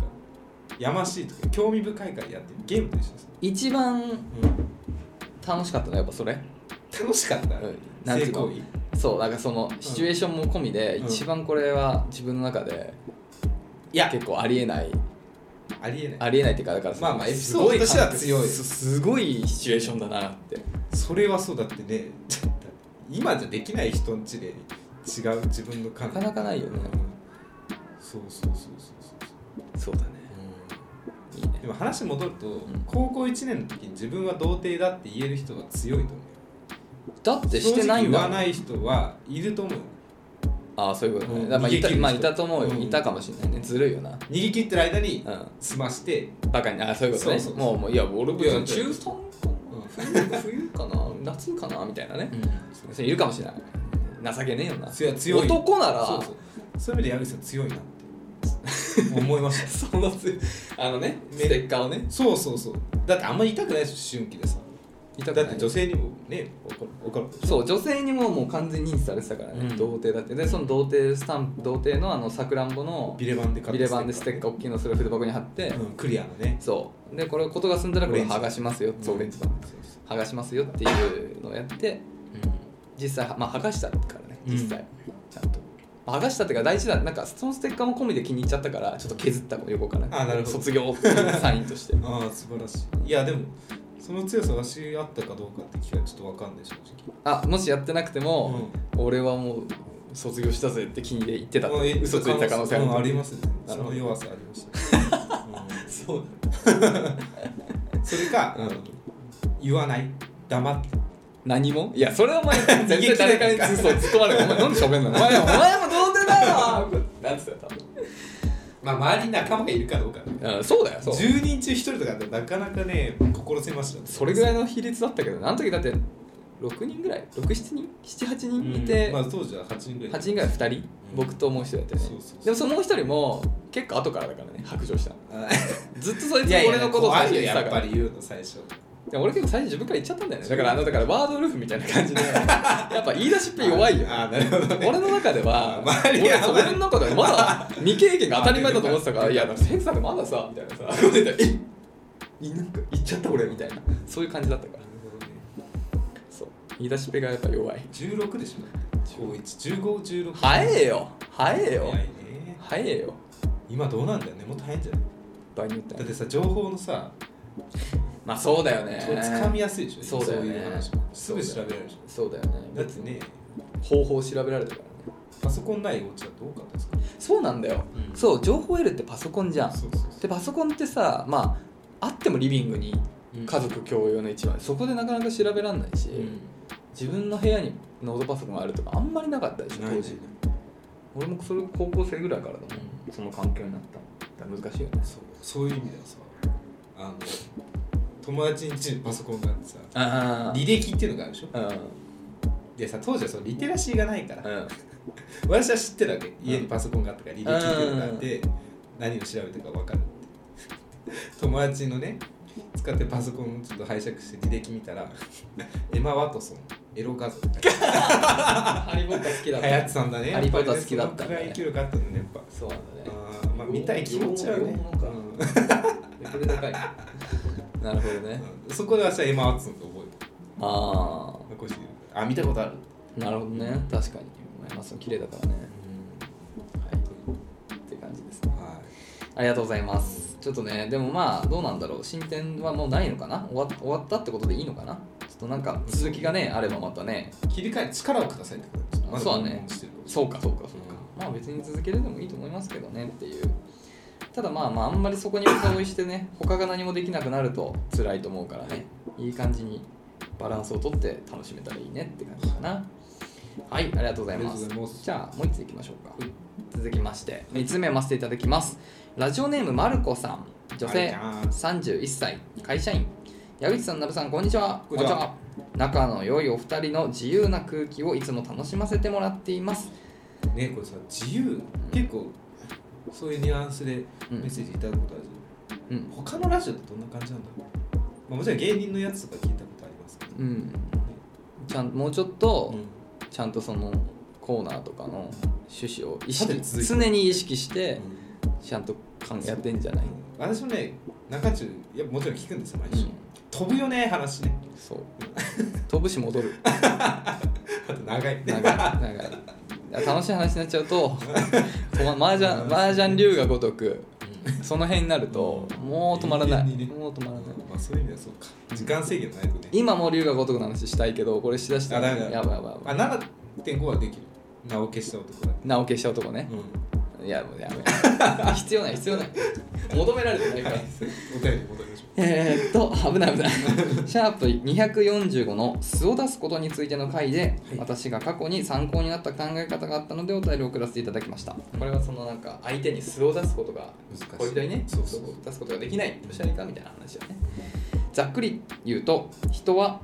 Speaker 1: やましいとか興味深いからやってるゲームと一緒です、
Speaker 2: 一番
Speaker 1: うん、
Speaker 2: 楽しかったのはやっぱそれ、
Speaker 1: 楽しかった、
Speaker 2: うんなんて
Speaker 1: 性
Speaker 2: いうの
Speaker 1: 行為
Speaker 2: そうなんかそのシチュエーションも込みで、
Speaker 1: うん
Speaker 2: 一番これは自分の中で
Speaker 1: いや
Speaker 2: 結構ありえない
Speaker 1: ありえない
Speaker 2: ありえないっていうかだから
Speaker 1: まあまあ
Speaker 2: す
Speaker 1: エピソードとしては強い
Speaker 2: すすごいシチュエーションだなって
Speaker 1: それはそうだってね 今じゃできない人んちで違う自分の感
Speaker 2: なかなかないよね
Speaker 1: そうそうそうそうそう
Speaker 2: そうだねいいね
Speaker 1: でも話戻ると、
Speaker 2: ん
Speaker 1: 高校1年の時に自分は童貞だって言える人は強いと思う
Speaker 2: だってしてない
Speaker 1: 正直言
Speaker 2: んだも
Speaker 1: わ
Speaker 2: ん
Speaker 1: ない人はいると思う
Speaker 2: ああそういうことね、
Speaker 1: うん
Speaker 2: だからまあいた
Speaker 1: 逃げ切る人
Speaker 2: まあいたと思うよ、
Speaker 1: うん
Speaker 2: いたかもしれないねずるいよな
Speaker 1: 逃げ切ってる間に
Speaker 2: う
Speaker 1: 済まして
Speaker 2: んバカにああそういうことね
Speaker 1: そうそうそう
Speaker 2: もうもういや俺
Speaker 1: い
Speaker 2: 別
Speaker 1: や
Speaker 2: に中3かな冬冬かな夏かなみたいなね、別にいるかもしれない情けねえよな
Speaker 1: 強い強い
Speaker 2: 男なら
Speaker 1: そうそうそういう意味で矢口さん強いなって 思いました
Speaker 2: そのつあのね
Speaker 1: め
Speaker 2: ステッカーをね
Speaker 1: そうそうそうだってあんまり痛くないですよ思春期でさ
Speaker 2: 痛くな
Speaker 1: だ
Speaker 2: い
Speaker 1: って女性にもね怒る怒る
Speaker 2: そう女性にももう完全に認知されてたからね、
Speaker 1: うん
Speaker 2: 童貞だってでその童貞スタンプ童貞のあのさくらんぼの
Speaker 1: ビレバンで買
Speaker 2: ビレバンでステッカー大きいのそれを筆箱に貼って、
Speaker 1: うん、クリアのね
Speaker 2: そうでこれことが済んだらこれ
Speaker 1: オレンジ
Speaker 2: 剥がしますよそうオレンジだ
Speaker 1: そうそ
Speaker 2: 剥がしますよっていうのをやって
Speaker 1: う
Speaker 2: 実際まあ剥がしたからね
Speaker 1: うん
Speaker 2: 実際、ちゃんとまあ剥がしたっていうか大事だなんかそのステッカーも込みで気に入っちゃったからちょっと削ったの横から、ね、
Speaker 1: あなるほど
Speaker 2: 卒業っていうサインとして
Speaker 1: ああ素晴らしいいやでもその強さがしあったかどうかって聞かちょっとわかんない正
Speaker 2: あもしやってなくて
Speaker 1: 直
Speaker 2: も、俺はもう卒業したぜって気に入れ言ってた
Speaker 1: うんえ
Speaker 2: 嘘ついた可能性ある
Speaker 1: うんありますね
Speaker 2: な
Speaker 1: そ
Speaker 2: るほど
Speaker 1: の弱さありました、う
Speaker 2: そう
Speaker 1: うんそれか、
Speaker 2: う
Speaker 1: あ
Speaker 2: ん
Speaker 1: の言わない黙って
Speaker 2: 何もいやそれはお前全
Speaker 1: 逃げ
Speaker 2: 然
Speaker 1: 切れ
Speaker 2: 誰
Speaker 1: な
Speaker 2: かに
Speaker 1: い
Speaker 2: 突っ込まれる お前なんで喋んのお前お前も童貞だよなんつって
Speaker 1: まあ周りに仲間がいるかどうかね
Speaker 2: た、うん、そうだよそう
Speaker 1: 10人中1人とかだとなかなかね心狭しだ
Speaker 2: それぐら
Speaker 1: い
Speaker 2: いの比率だったけどあの時だって6人ぐらい67人78人いて、
Speaker 1: まあ当時は8人ぐらい
Speaker 2: 8人ぐらい2人、僕ともう一人だったよね
Speaker 1: そうそうそう
Speaker 2: でもそのもう一人も結構後からだからね白状したの
Speaker 1: あ
Speaker 2: ずっと そい
Speaker 1: い
Speaker 2: つ
Speaker 1: やいや
Speaker 2: 俺のことを最初に言って
Speaker 1: や
Speaker 2: た
Speaker 1: っ
Speaker 2: か
Speaker 1: ぱ
Speaker 2: ら
Speaker 1: り言うの最初
Speaker 2: いや俺結構最初自分から言っちゃったんだよねだからあのだからワードウルフみたいな感じで やっぱ言い出しっぺ弱 いよ
Speaker 1: ああなるほど ね
Speaker 2: 俺の中では
Speaker 1: 周り
Speaker 2: 俺
Speaker 1: は
Speaker 2: そ俺の中ではまだ未経験が当たり前だと思ってた から「いやセンさんってまださ」みたいな さえいなんか言っちゃった俺みたいなそういう感じだったからそう言い出しっぺがやっぱ弱い
Speaker 1: 16でしょ高一1516
Speaker 2: 早えよ早えよ
Speaker 1: 早いね
Speaker 2: 早えよ
Speaker 1: 今どうなんだよねもう大変じゃない
Speaker 2: 場合によって
Speaker 1: だ
Speaker 2: は
Speaker 1: ってさ情報のさ
Speaker 2: まあそうだよね
Speaker 1: つかみやすいでしょ
Speaker 2: そうだよね
Speaker 1: いう話もすぐ調べられるでし
Speaker 2: そうだよね
Speaker 1: ょだってね
Speaker 2: 方法を調べられたからね
Speaker 1: パソコンないお家は多かったですか
Speaker 2: そうなんだよ、
Speaker 1: うん
Speaker 2: そう情報を得るってパソコンじゃん
Speaker 1: そうそうそ
Speaker 2: でパソコンってさまああってもリビングに
Speaker 1: うん
Speaker 2: 家族共用の一番そこでなかなか調べられないし、
Speaker 1: ううん
Speaker 2: 自分の部屋にノートパソコンがあるとかあんまりなかったでしょ
Speaker 1: ない
Speaker 2: 当
Speaker 1: ね
Speaker 2: 時俺もそれ高校生ぐらいからだもん、その環境になっただから難しいよね
Speaker 1: そうそういう意味ではさあの友達ん家にパソコンがあってさ
Speaker 2: あ
Speaker 1: 履歴っていうのがあるでしょ
Speaker 2: うん
Speaker 1: でさ当時はそのリテラシーがないから
Speaker 2: うん
Speaker 1: 私は知ってるわけ家にパソコンがあったから履歴っていうのがあって何を調べたか分かる って友達のね使ってパソコンをちょっと拝借して履歴見たら エマ・ワトソンエロ画像
Speaker 2: ハリー・ポッター好きだっ
Speaker 1: はやつ
Speaker 2: た
Speaker 1: さんだね
Speaker 2: ハリーポッター好きだった
Speaker 1: ね暗い記録あったのねやっぱ
Speaker 2: そうなんだね
Speaker 1: あーまあ見たい気持ちはね
Speaker 2: 洋物かこれで かいなるほどね
Speaker 1: うんそこで私はエマ・ワトソンと覚え
Speaker 2: あ
Speaker 1: た残してるあ見たことある
Speaker 2: あなるほどね確かにまあその綺麗だからねはいって感じですね
Speaker 1: は
Speaker 2: ありがとうございますちょっとねでもまあどうなんだろう進展はもうないのかな終わ終わったってことでいいのかなちょっとなんか続きがねあればまたね
Speaker 1: い切り替え力をくださいってことちょっとまだ
Speaker 2: そうだね
Speaker 1: 悶々してる
Speaker 2: そうかそうかそうか、まあ別に続けるでもいいと思いますけどねっていうただまあまああんまりそこに深追いしてね他が何もできなくなると辛いと思うからねいい感じにバランスをとって楽しめたらいいねって感じかなはいありがとうございま
Speaker 1: ありが
Speaker 2: す
Speaker 1: とうございます
Speaker 2: じゃあもう一ついきましょうか、続きまして3つ目読ませていただきますラジオネームまるこさん女
Speaker 1: あり
Speaker 2: 性
Speaker 1: がとうございます
Speaker 2: 31歳会社員矢口さん、なべさん、こんにちは。
Speaker 1: こんにちは
Speaker 2: 仲の良いお二人の自由な空気をいつも楽しませてもらっています。
Speaker 1: ねこれさ自由結構そういうニュアンスで
Speaker 2: うん
Speaker 1: メッセージいただくことあるじ
Speaker 2: うん
Speaker 1: ゃん、他のラジオってどんな感じなんだろう、まあ、もちろん芸人のやつとか聞いたことありますけど、
Speaker 2: うん、ちゃんもうちょっと、
Speaker 1: うん
Speaker 2: ちゃんとそのコーナーとかの趣旨を
Speaker 1: 縦
Speaker 2: 意識
Speaker 1: に続いて
Speaker 2: 常に意識してちゃんと考えやってんじゃない、
Speaker 1: 私もね中中やっぱもちろん聞くんですよ毎週、
Speaker 2: うん
Speaker 1: 飛ぶよね話ね
Speaker 2: そう飛ぶし戻る
Speaker 1: あと長いね
Speaker 2: 長い長いいや楽しい話になっちゃ うと止ま麻雀麻雀龍が如くその辺になるともう止まらない、
Speaker 1: 永遠にね
Speaker 2: もう止まらない
Speaker 1: まあ、そういう意味ではそうか時間制限ないとね
Speaker 2: 今もう龍が如くの話したいけどこれしだしたら
Speaker 1: あだめだ
Speaker 2: やばいやばいやば
Speaker 1: あ
Speaker 2: い
Speaker 1: 7.5はできる名を消した男だ、
Speaker 2: 名を消した男ね
Speaker 1: うん、
Speaker 2: いやもうやめ 必要ない必要ない求められてないから
Speaker 1: お便り戻りましょ
Speaker 2: えーっと危ない危ないシャープ245の素を出すことについての回で、私が過去に参考になった考え方があったのでお便りを送らせていただきましたこれはそのなんか相手に素を出すことが
Speaker 1: 難しい
Speaker 2: 恋人にね
Speaker 1: そうそう
Speaker 2: 素を出すことができないどうしたらいいかみたいな話だねざっくり言うと人は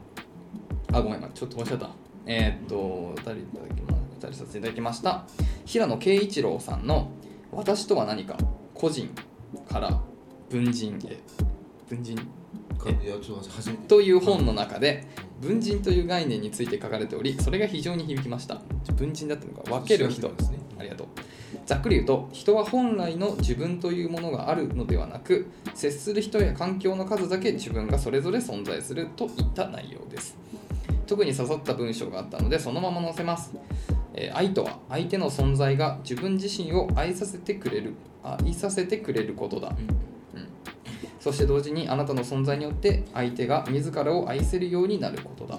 Speaker 2: あごめんちょっと申し上げたえーっとお便りいただきますたりさせていただきました平野慶一郎さんの「私とは何か個人から文人へ文人
Speaker 1: いやちょっと初め」て
Speaker 2: という本の中で文人という概念について書かれておりそれが非常に響きました文人だったのか分ける人
Speaker 1: ですね
Speaker 2: ありがとう。ざっくり言うと、人は本来の自分というものがあるのではなく、接する人や環境の数だけ自分がそれぞれ存在するといった内容です。特に刺さった文章があったので、そのまま載せます。えー愛とは相手の存在が自分自身を愛させてくれる愛させてくれることだ、うん、そして同時にあなたの存在によって相手が自らを愛せるようになることだ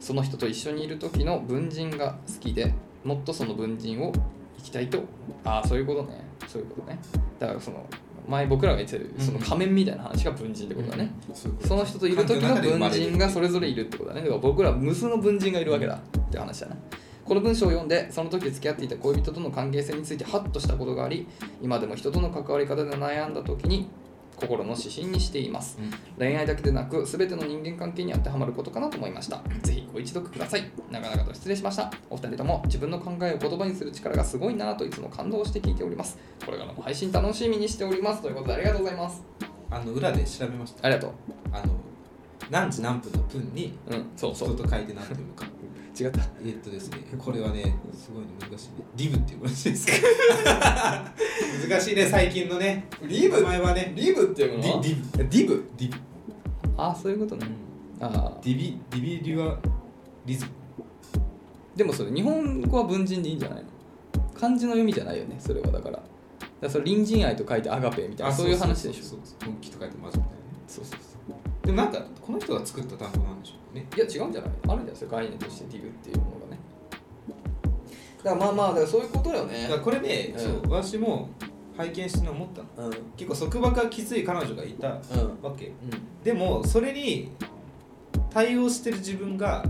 Speaker 2: その人と一緒にいる時の文人が好きでもっとその文人を行きたいとああそういうことねそういうことねだからその前僕らが言ってるその仮面みたいな話が文人ってことだね、
Speaker 1: そういうこと
Speaker 2: その人といる時の
Speaker 1: 環境中
Speaker 2: 文
Speaker 1: で生まれる
Speaker 2: 人がそれぞれいるってことだねだから僕らは無数の文人がいるわけだって話だねこの文章を読んでその時付き合っていた恋人との関係性についてハッとしたことがあり今でも人との関わり方で悩んだ時に心の指針にしています
Speaker 1: うん
Speaker 2: 恋愛だけでなく全ての人間関係に当てはまることかなと思いましたぜひご一読ください長々と失礼しましたお二人とも自分の考えを言葉にする力がすごいなといつも感動して聞いておりますこれからも配信楽しみにしておりますということでありがとうございます
Speaker 1: あの裏で調べました
Speaker 2: ありがとう
Speaker 1: あの何時何分の分に
Speaker 2: うんそうそ
Speaker 1: 人
Speaker 2: う
Speaker 1: と書いて何て読む か
Speaker 2: 違った
Speaker 1: えーっとですねこれはねすごいね難しいねリブっていうらしいです 難しいね最近のね
Speaker 2: リブ
Speaker 1: 名前はね
Speaker 2: リブっていう
Speaker 1: デ
Speaker 2: もの
Speaker 1: ィ
Speaker 2: は
Speaker 1: ディブディブディブ
Speaker 2: あそういうことねあ
Speaker 1: ディビディビリュアリズム
Speaker 2: でもそれ日本語は文人でいいんじゃないの漢字の読みじゃないよねそれはだからだからそれ隣人愛と書いてアガペみたいなそういう話でしょ
Speaker 1: そうそう本気と書いてマジみたいなね
Speaker 2: そうそうそう
Speaker 1: でもなんかこの人が作った単語なんでしょうね
Speaker 2: いや違うんじゃないあるんじゃないですか概念としてディグっていうものがねだからまあまあだからそういうことだよね
Speaker 1: だからこれね、
Speaker 2: うん
Speaker 1: そう私も拝見して思ったの
Speaker 2: うんうん
Speaker 1: 結構束縛がきつい彼女がいたわけ
Speaker 2: うん
Speaker 1: でもそれに対応してる自分が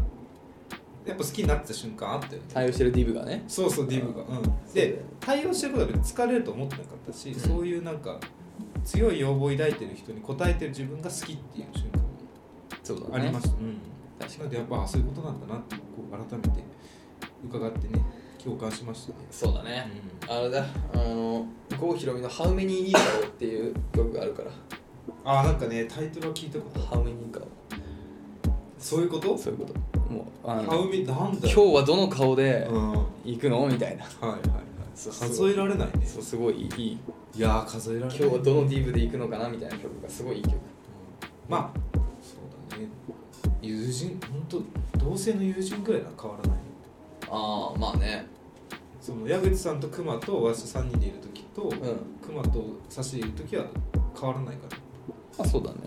Speaker 1: やっぱ好きになってた瞬間あったよね
Speaker 2: 対応してるディブがね
Speaker 1: そうそうディブが、うん、で対応してることは別に疲れると思ってなかったし、
Speaker 2: ん
Speaker 1: そういうなんか強い要望を抱いてる人に応えてる自分が好きっていう瞬間
Speaker 2: そうだね
Speaker 1: ありました、
Speaker 2: 確
Speaker 1: な
Speaker 2: か
Speaker 1: の
Speaker 2: に
Speaker 1: でやっぱあそういうことなんだなってこう改めて伺ってね共感しましたね、
Speaker 2: そうだね、あれだあの郷ひろみの「How many いい顔」っていう曲があるから
Speaker 1: ああなんかねタイトルは聞いたことある
Speaker 2: How many いい顔
Speaker 1: そういうこと
Speaker 2: そういうこともうあ
Speaker 1: ハ
Speaker 2: の
Speaker 1: ウミなんだ
Speaker 2: 今日
Speaker 1: よ
Speaker 2: はどの顔で
Speaker 1: うんは
Speaker 2: 行くのみたいない
Speaker 1: はいはい
Speaker 2: そうそう
Speaker 1: 数えられないね
Speaker 2: そうすごいいい
Speaker 1: いやー数えられ
Speaker 2: 今
Speaker 1: ない
Speaker 2: 日はどのディーブで行くのかなみたいな曲がすごいいい曲
Speaker 1: まあそうだね友人本当同性の友人ぐらいは変わらない
Speaker 2: ああまあね
Speaker 1: その矢口さんと熊と私3人でいる時と、
Speaker 2: ん
Speaker 1: 熊と差しでいる時は変わらないから
Speaker 2: まあそうだね、
Speaker 1: ん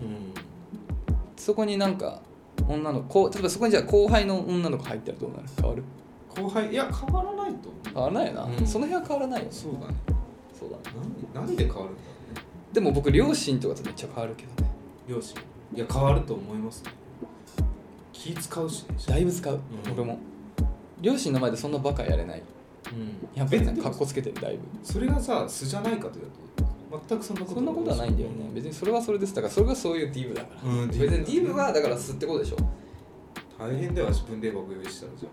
Speaker 2: そこになんか女の子こう例えばそこにじゃあ後輩の女の子入ったらどうなる変わる
Speaker 1: 後輩いや変わらないと思
Speaker 2: 変わらないよな、
Speaker 1: うん
Speaker 2: その辺は変わらないよね
Speaker 1: うそうだね
Speaker 2: そうだね
Speaker 1: なんなんで変わるんだろうね
Speaker 2: でも僕両親とかとめっちゃ変わるけどね
Speaker 1: 両親いや変わると思いますね気使うしね
Speaker 2: だいぶ使う、
Speaker 1: うん
Speaker 2: 俺も両親の前でそんなバカやれない
Speaker 1: うん
Speaker 2: やっぱ
Speaker 1: 別
Speaker 2: り
Speaker 1: に
Speaker 2: かっこつけてるだいぶ
Speaker 1: それがさ素じゃないかというと全くそんなこと
Speaker 2: そんなことはないんだよね別にそれはそれですだからそれがそういうディーブだから、
Speaker 1: うん
Speaker 2: 別にディーブはだから吸ってことでしょ
Speaker 1: 大変だよ自分で僕用意したらじゃ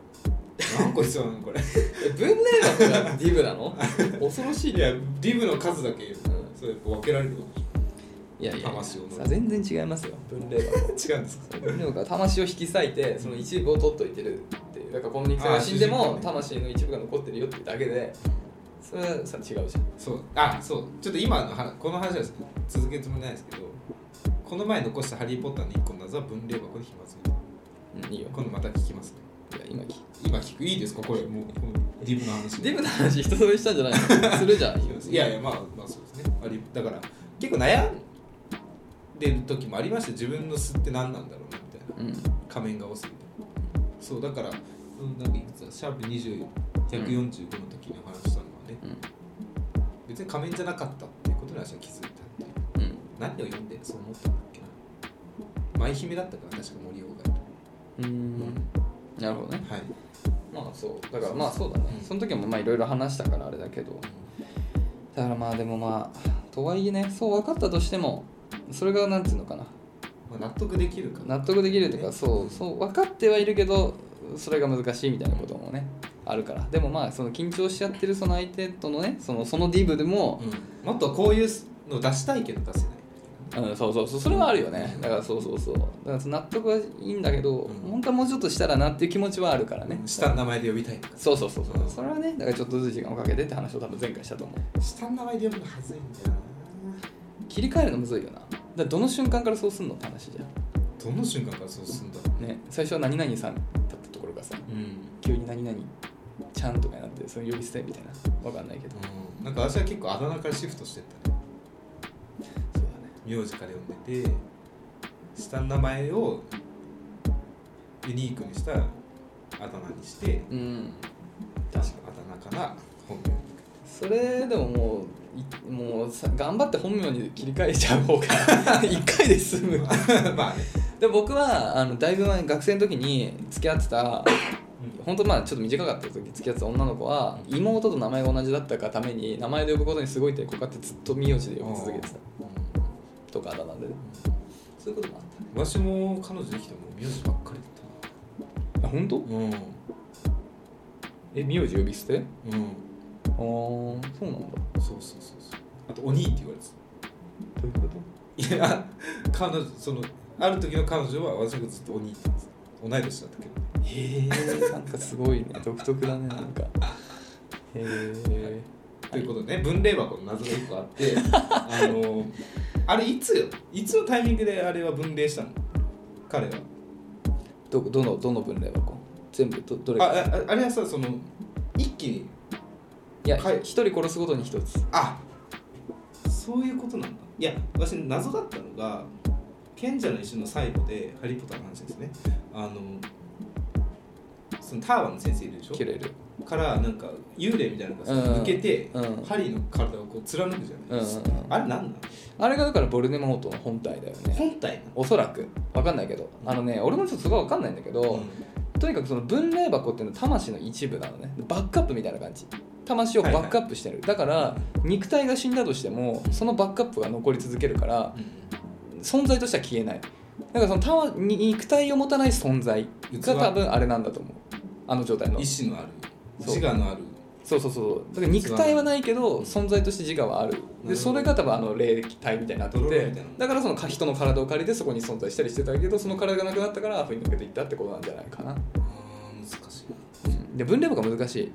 Speaker 1: あ何個必要なのこれ い
Speaker 2: え文明学がディーブ なの恐ろしいね
Speaker 1: やリブの数だけ言う、
Speaker 2: うん
Speaker 1: それやっぱ分けられるの
Speaker 2: いやいや
Speaker 1: 魂を飲む
Speaker 2: さ全然違いますよ文明学
Speaker 1: 違うんですか
Speaker 2: なんか魂を引き裂いてその一部を取っといてるっていうだからこの肉体が死んで
Speaker 1: あー主人公
Speaker 2: も
Speaker 1: ね
Speaker 2: 魂の一部が残ってるよっていうだけでそれはさ違うじゃ
Speaker 1: そうあそうちょっと今の話この話は続けるつもりないですけどこの前残した「ハリー・ポッター」の1個の謎は分霊箱で暇つぶ
Speaker 2: ん、うん、いいよ
Speaker 1: 今度また聞きますね
Speaker 2: いや今聞い
Speaker 1: 今聞くいいですかこれもうこのリブの話
Speaker 2: ディブの話人それしたんじゃない のするじゃん
Speaker 1: いやいやまあまあそうですねありだから結構悩んでる時もありまして自分の素って何なんだろうなみたいな
Speaker 2: うん
Speaker 1: 仮面が多すぎてそうだからうんなんかいくつだシャープ20145の時にお話ししたのはね、
Speaker 2: うん
Speaker 1: 別に仮面じゃなかったっていうことに私は気づいたっていう
Speaker 2: うん
Speaker 1: 何を読んでそう思ったんだっけな舞姫だったから確か森岡が
Speaker 2: うーんなるほどね
Speaker 1: はい、
Speaker 2: まあそうだからまあそうだね
Speaker 1: うん
Speaker 2: その時もまあいろいろ話したからあれだけどだからまあでもまあとはいえねそう分かったとしてもそれがなんていうのかな
Speaker 1: まあ、納得できるかな
Speaker 2: 納得できるというかそうそう分かってはいるけどそれが難しいみたいなこともねあるからでもまあその緊張しちゃってるその相手とのねそのそのディブでも、
Speaker 1: うん、もっとこういうの出したいけど出せない
Speaker 2: うん、そうそうそうそれはあるよねだからそうそうそうだからその納得はいいんだけど、
Speaker 1: うん
Speaker 2: 本当はもうちょっとしたらなっていう気持ちはあるからね、
Speaker 1: 下の名前で呼びたいとか
Speaker 2: そうそうそうそう
Speaker 1: うん
Speaker 2: それはねだからちょっとずつ時間をかけてって話を多分前回したと思う
Speaker 1: 下の名前で呼ぶのはずいんだよな
Speaker 2: 切り替えるのむずいよなだからどの瞬間からそうすんのって話じゃん
Speaker 1: どの瞬間からそうすんだろ
Speaker 2: ね、最初は何々さんだったところがさ
Speaker 1: う、うん
Speaker 2: 急に何々ちゃんとかになってその呼び捨てみたいなわかんないけど
Speaker 1: うん、なんか私は結構あだ名からシフトしてったね
Speaker 2: そう
Speaker 1: 名字から呼んでて下の名前をユニークにしたあだ名にして
Speaker 2: だねうん
Speaker 1: 確かあだ名から本名
Speaker 2: それでももういもうさ頑張って本名に切り替えちゃう方 が一回で済む
Speaker 1: まあね、
Speaker 2: で僕はあのだいぶ前学生の時に付き合ってた
Speaker 1: うん
Speaker 2: 本当まあちょっと短かった時付き合ってた女の子は妹と名前が同じだったがために名前で呼ぶことにすごい抵抗があってずっと名字で呼び続けてたとかあだ名でねそういうこともあっ
Speaker 1: 私も彼女できても名字ばっかり
Speaker 2: たあ本当
Speaker 1: だったなうん
Speaker 2: え名字呼び捨て
Speaker 1: うん
Speaker 2: ああそうなんだ
Speaker 1: そうそうそうそうあとお兄って言われてた
Speaker 2: どういうこ
Speaker 1: いや彼女そのある時の彼女は私がずっとお兄って言ってた同い年だったけど
Speaker 2: とへえなんかすごいね独特だねなんかへえ
Speaker 1: ということでね分類箱の謎が1個あってあのあれいつよいつのタイミングであれは分類したの彼は
Speaker 2: どどのどの分類箱全部どどれ
Speaker 1: あ
Speaker 2: か
Speaker 1: ああれはさその一気に
Speaker 2: いや
Speaker 1: はい
Speaker 2: 一人殺すごとに一つ
Speaker 1: あそういうことなんだいや私謎だったのが賢者の石の最後でハリー・ポッターの話ですねあのそのターワンの先生いるでしょ
Speaker 2: 切れる
Speaker 1: からなんか幽霊みたいなのがさ
Speaker 2: うん
Speaker 1: 抜けて、
Speaker 2: うん
Speaker 1: ハリーの体をこう貫くじゃ
Speaker 2: うん
Speaker 1: な
Speaker 2: う
Speaker 1: い
Speaker 2: ん
Speaker 1: ですか、
Speaker 2: うん
Speaker 1: あれなんなの
Speaker 2: あれがだからボルデモートの本体だよね
Speaker 1: 本体
Speaker 2: おそらくわかんないけどあのね俺もちょっとそこはわかんないんだけど、
Speaker 1: なの、
Speaker 2: とにかくその分霊箱っていうのは魂の一部なのねバックアップみたいな感じ魂をバックアップしてる、だから肉体が死んだとしてもそのバックアップが残り続けるから存在としては消えないだからそのたわに肉体を持たない存在が多分あれなんだと思うあの状態の
Speaker 1: 意志のある
Speaker 2: そう
Speaker 1: 自我のある
Speaker 2: そうそうそうだから肉体はないけど存在として自我はある
Speaker 1: う
Speaker 2: で
Speaker 1: ん
Speaker 2: それが多分あの霊体みたいになって
Speaker 1: 泥棒みた
Speaker 2: て
Speaker 1: いな
Speaker 2: だからそのか人の体を借りてそこに存在したりしてたけどその体がなくなったから振り抜けていったってことなんじゃないかな
Speaker 1: あー難しい
Speaker 2: で分類箱難しい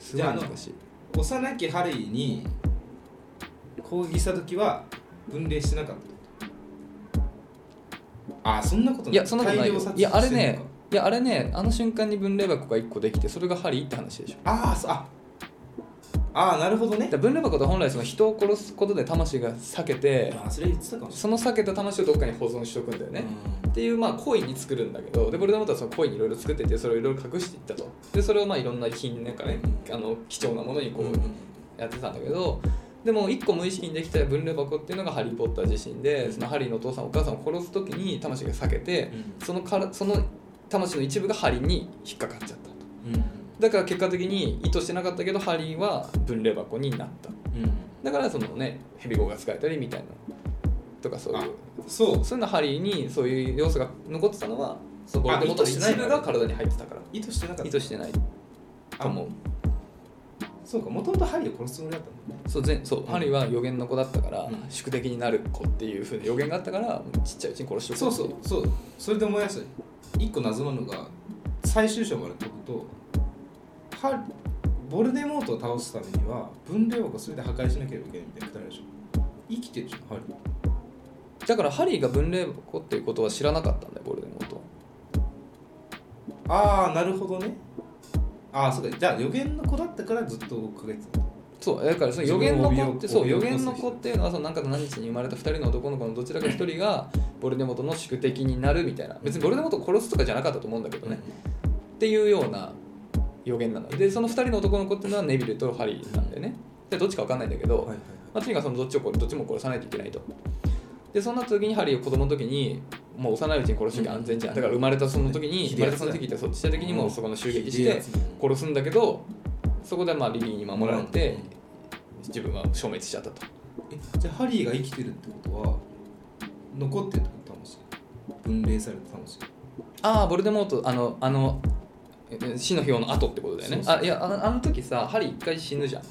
Speaker 2: すご
Speaker 1: じ
Speaker 2: い
Speaker 1: ゃああ
Speaker 2: 難
Speaker 1: の
Speaker 2: しい
Speaker 1: 幼きハリーに攻撃した時は分類してなかったあーそんなことない
Speaker 2: いやそんなことない
Speaker 1: 大
Speaker 2: よ
Speaker 1: 量殺
Speaker 2: いやあ
Speaker 1: 人
Speaker 2: れ
Speaker 1: してんの
Speaker 2: ね
Speaker 1: か
Speaker 2: いやあれねあの瞬間に分類箱が1個できてそれがハリーって話でしょ
Speaker 1: あーそうああーなるほどね
Speaker 2: だから分類箱って本来その人を殺すことで魂が避けて
Speaker 1: あーそれ言ってたかもし
Speaker 2: その避けた魂をどっかに保存しておくんだよ
Speaker 1: れ
Speaker 2: ね
Speaker 1: ない、
Speaker 2: っていうまあ故意に作るんだけどでボルデモートはその故意にいろいろ作っててそれをいろいろ隠していったとでそれをまあいろんな品なんかねあの貴重なものにこ
Speaker 1: うん
Speaker 2: うやってたんだけどでも一個無意識にできた分類箱っていうのがハリー・ポッター自身でそのハリーのお父さんお母さんを殺す時に魂が避けてそのからその魂の一部がハリーに引っかかっちゃったと
Speaker 1: うんうん
Speaker 2: だから結果的に意図してなかったけどハリーは分類箱になった
Speaker 1: うん
Speaker 2: だからそのねヘビゴが使えたりみたいなとかそういう
Speaker 1: そう
Speaker 2: そういうのハリーにそういう要素が残ってたのはそのボ
Speaker 1: あ
Speaker 2: ルデモートの
Speaker 1: 意図してない
Speaker 2: 一部が体に入ってたから
Speaker 1: 意図してなかった
Speaker 2: 意図してないと思う
Speaker 1: そうかもともとハリーを殺すつもりだったんだね
Speaker 2: そう全そう、
Speaker 1: ん
Speaker 2: ハリーは予言の子だったから、
Speaker 1: うん
Speaker 2: 宿敵になる子っていうふうな予言があったからちっちゃいうちに殺して
Speaker 1: そうそうそうそれで思い出した一個謎なのが最終章まで解くとはボルデモートを倒すためには分量をそれで破壊しなければいけないみたいなくだりでしょ生きてるじゃんハリー
Speaker 2: だからハリーが分霊箱っていうことは知らなかったんだよボルデモートは
Speaker 1: ああなるほどねああそうかじゃあ予言の子だったからずっと追っかけてた
Speaker 2: そうだからその予言の子って
Speaker 1: 自分
Speaker 2: そ
Speaker 1: を
Speaker 2: う
Speaker 1: 脅
Speaker 2: 予
Speaker 1: かす
Speaker 2: 言の子っていうのはそのなんか何日に生まれた2人の男の子のどちらか1人がボルデモートの宿敵になるみたいな別にボルデモートを殺すとかじゃなかったと思うんだけどね、っていうような予言なのでその2人の男の子っていうのはネビルとハリーなんだよねでどっちか分かんないんだけど、
Speaker 1: はいはいはい
Speaker 2: まあ、とにかくそのどっちを殺どっちも殺さないといけないと。でそうなった時にハリーを子供の時にもう幼いうちに殺してきゃ安全じゃん、だから生まれたその時に
Speaker 1: ひでえ
Speaker 2: 生ま
Speaker 1: や
Speaker 2: れ
Speaker 1: つ
Speaker 2: た
Speaker 1: だ
Speaker 2: その時ってそっちした時にもうそこの襲撃し
Speaker 1: ひでえ
Speaker 2: て
Speaker 1: やつだね
Speaker 2: 殺すんだけどそこでまあリリーに守られ
Speaker 1: う
Speaker 2: て
Speaker 1: ん
Speaker 2: 自分は消滅しちゃったと
Speaker 1: えじゃあハリーが生きてるってことは残ってるってことかもしれない分類されてたかもしれない
Speaker 2: ああボルデモートあのあのえ死の表の後ってことだよね
Speaker 1: そうそう
Speaker 2: あいやあのあの時さ針一回死ぬじゃん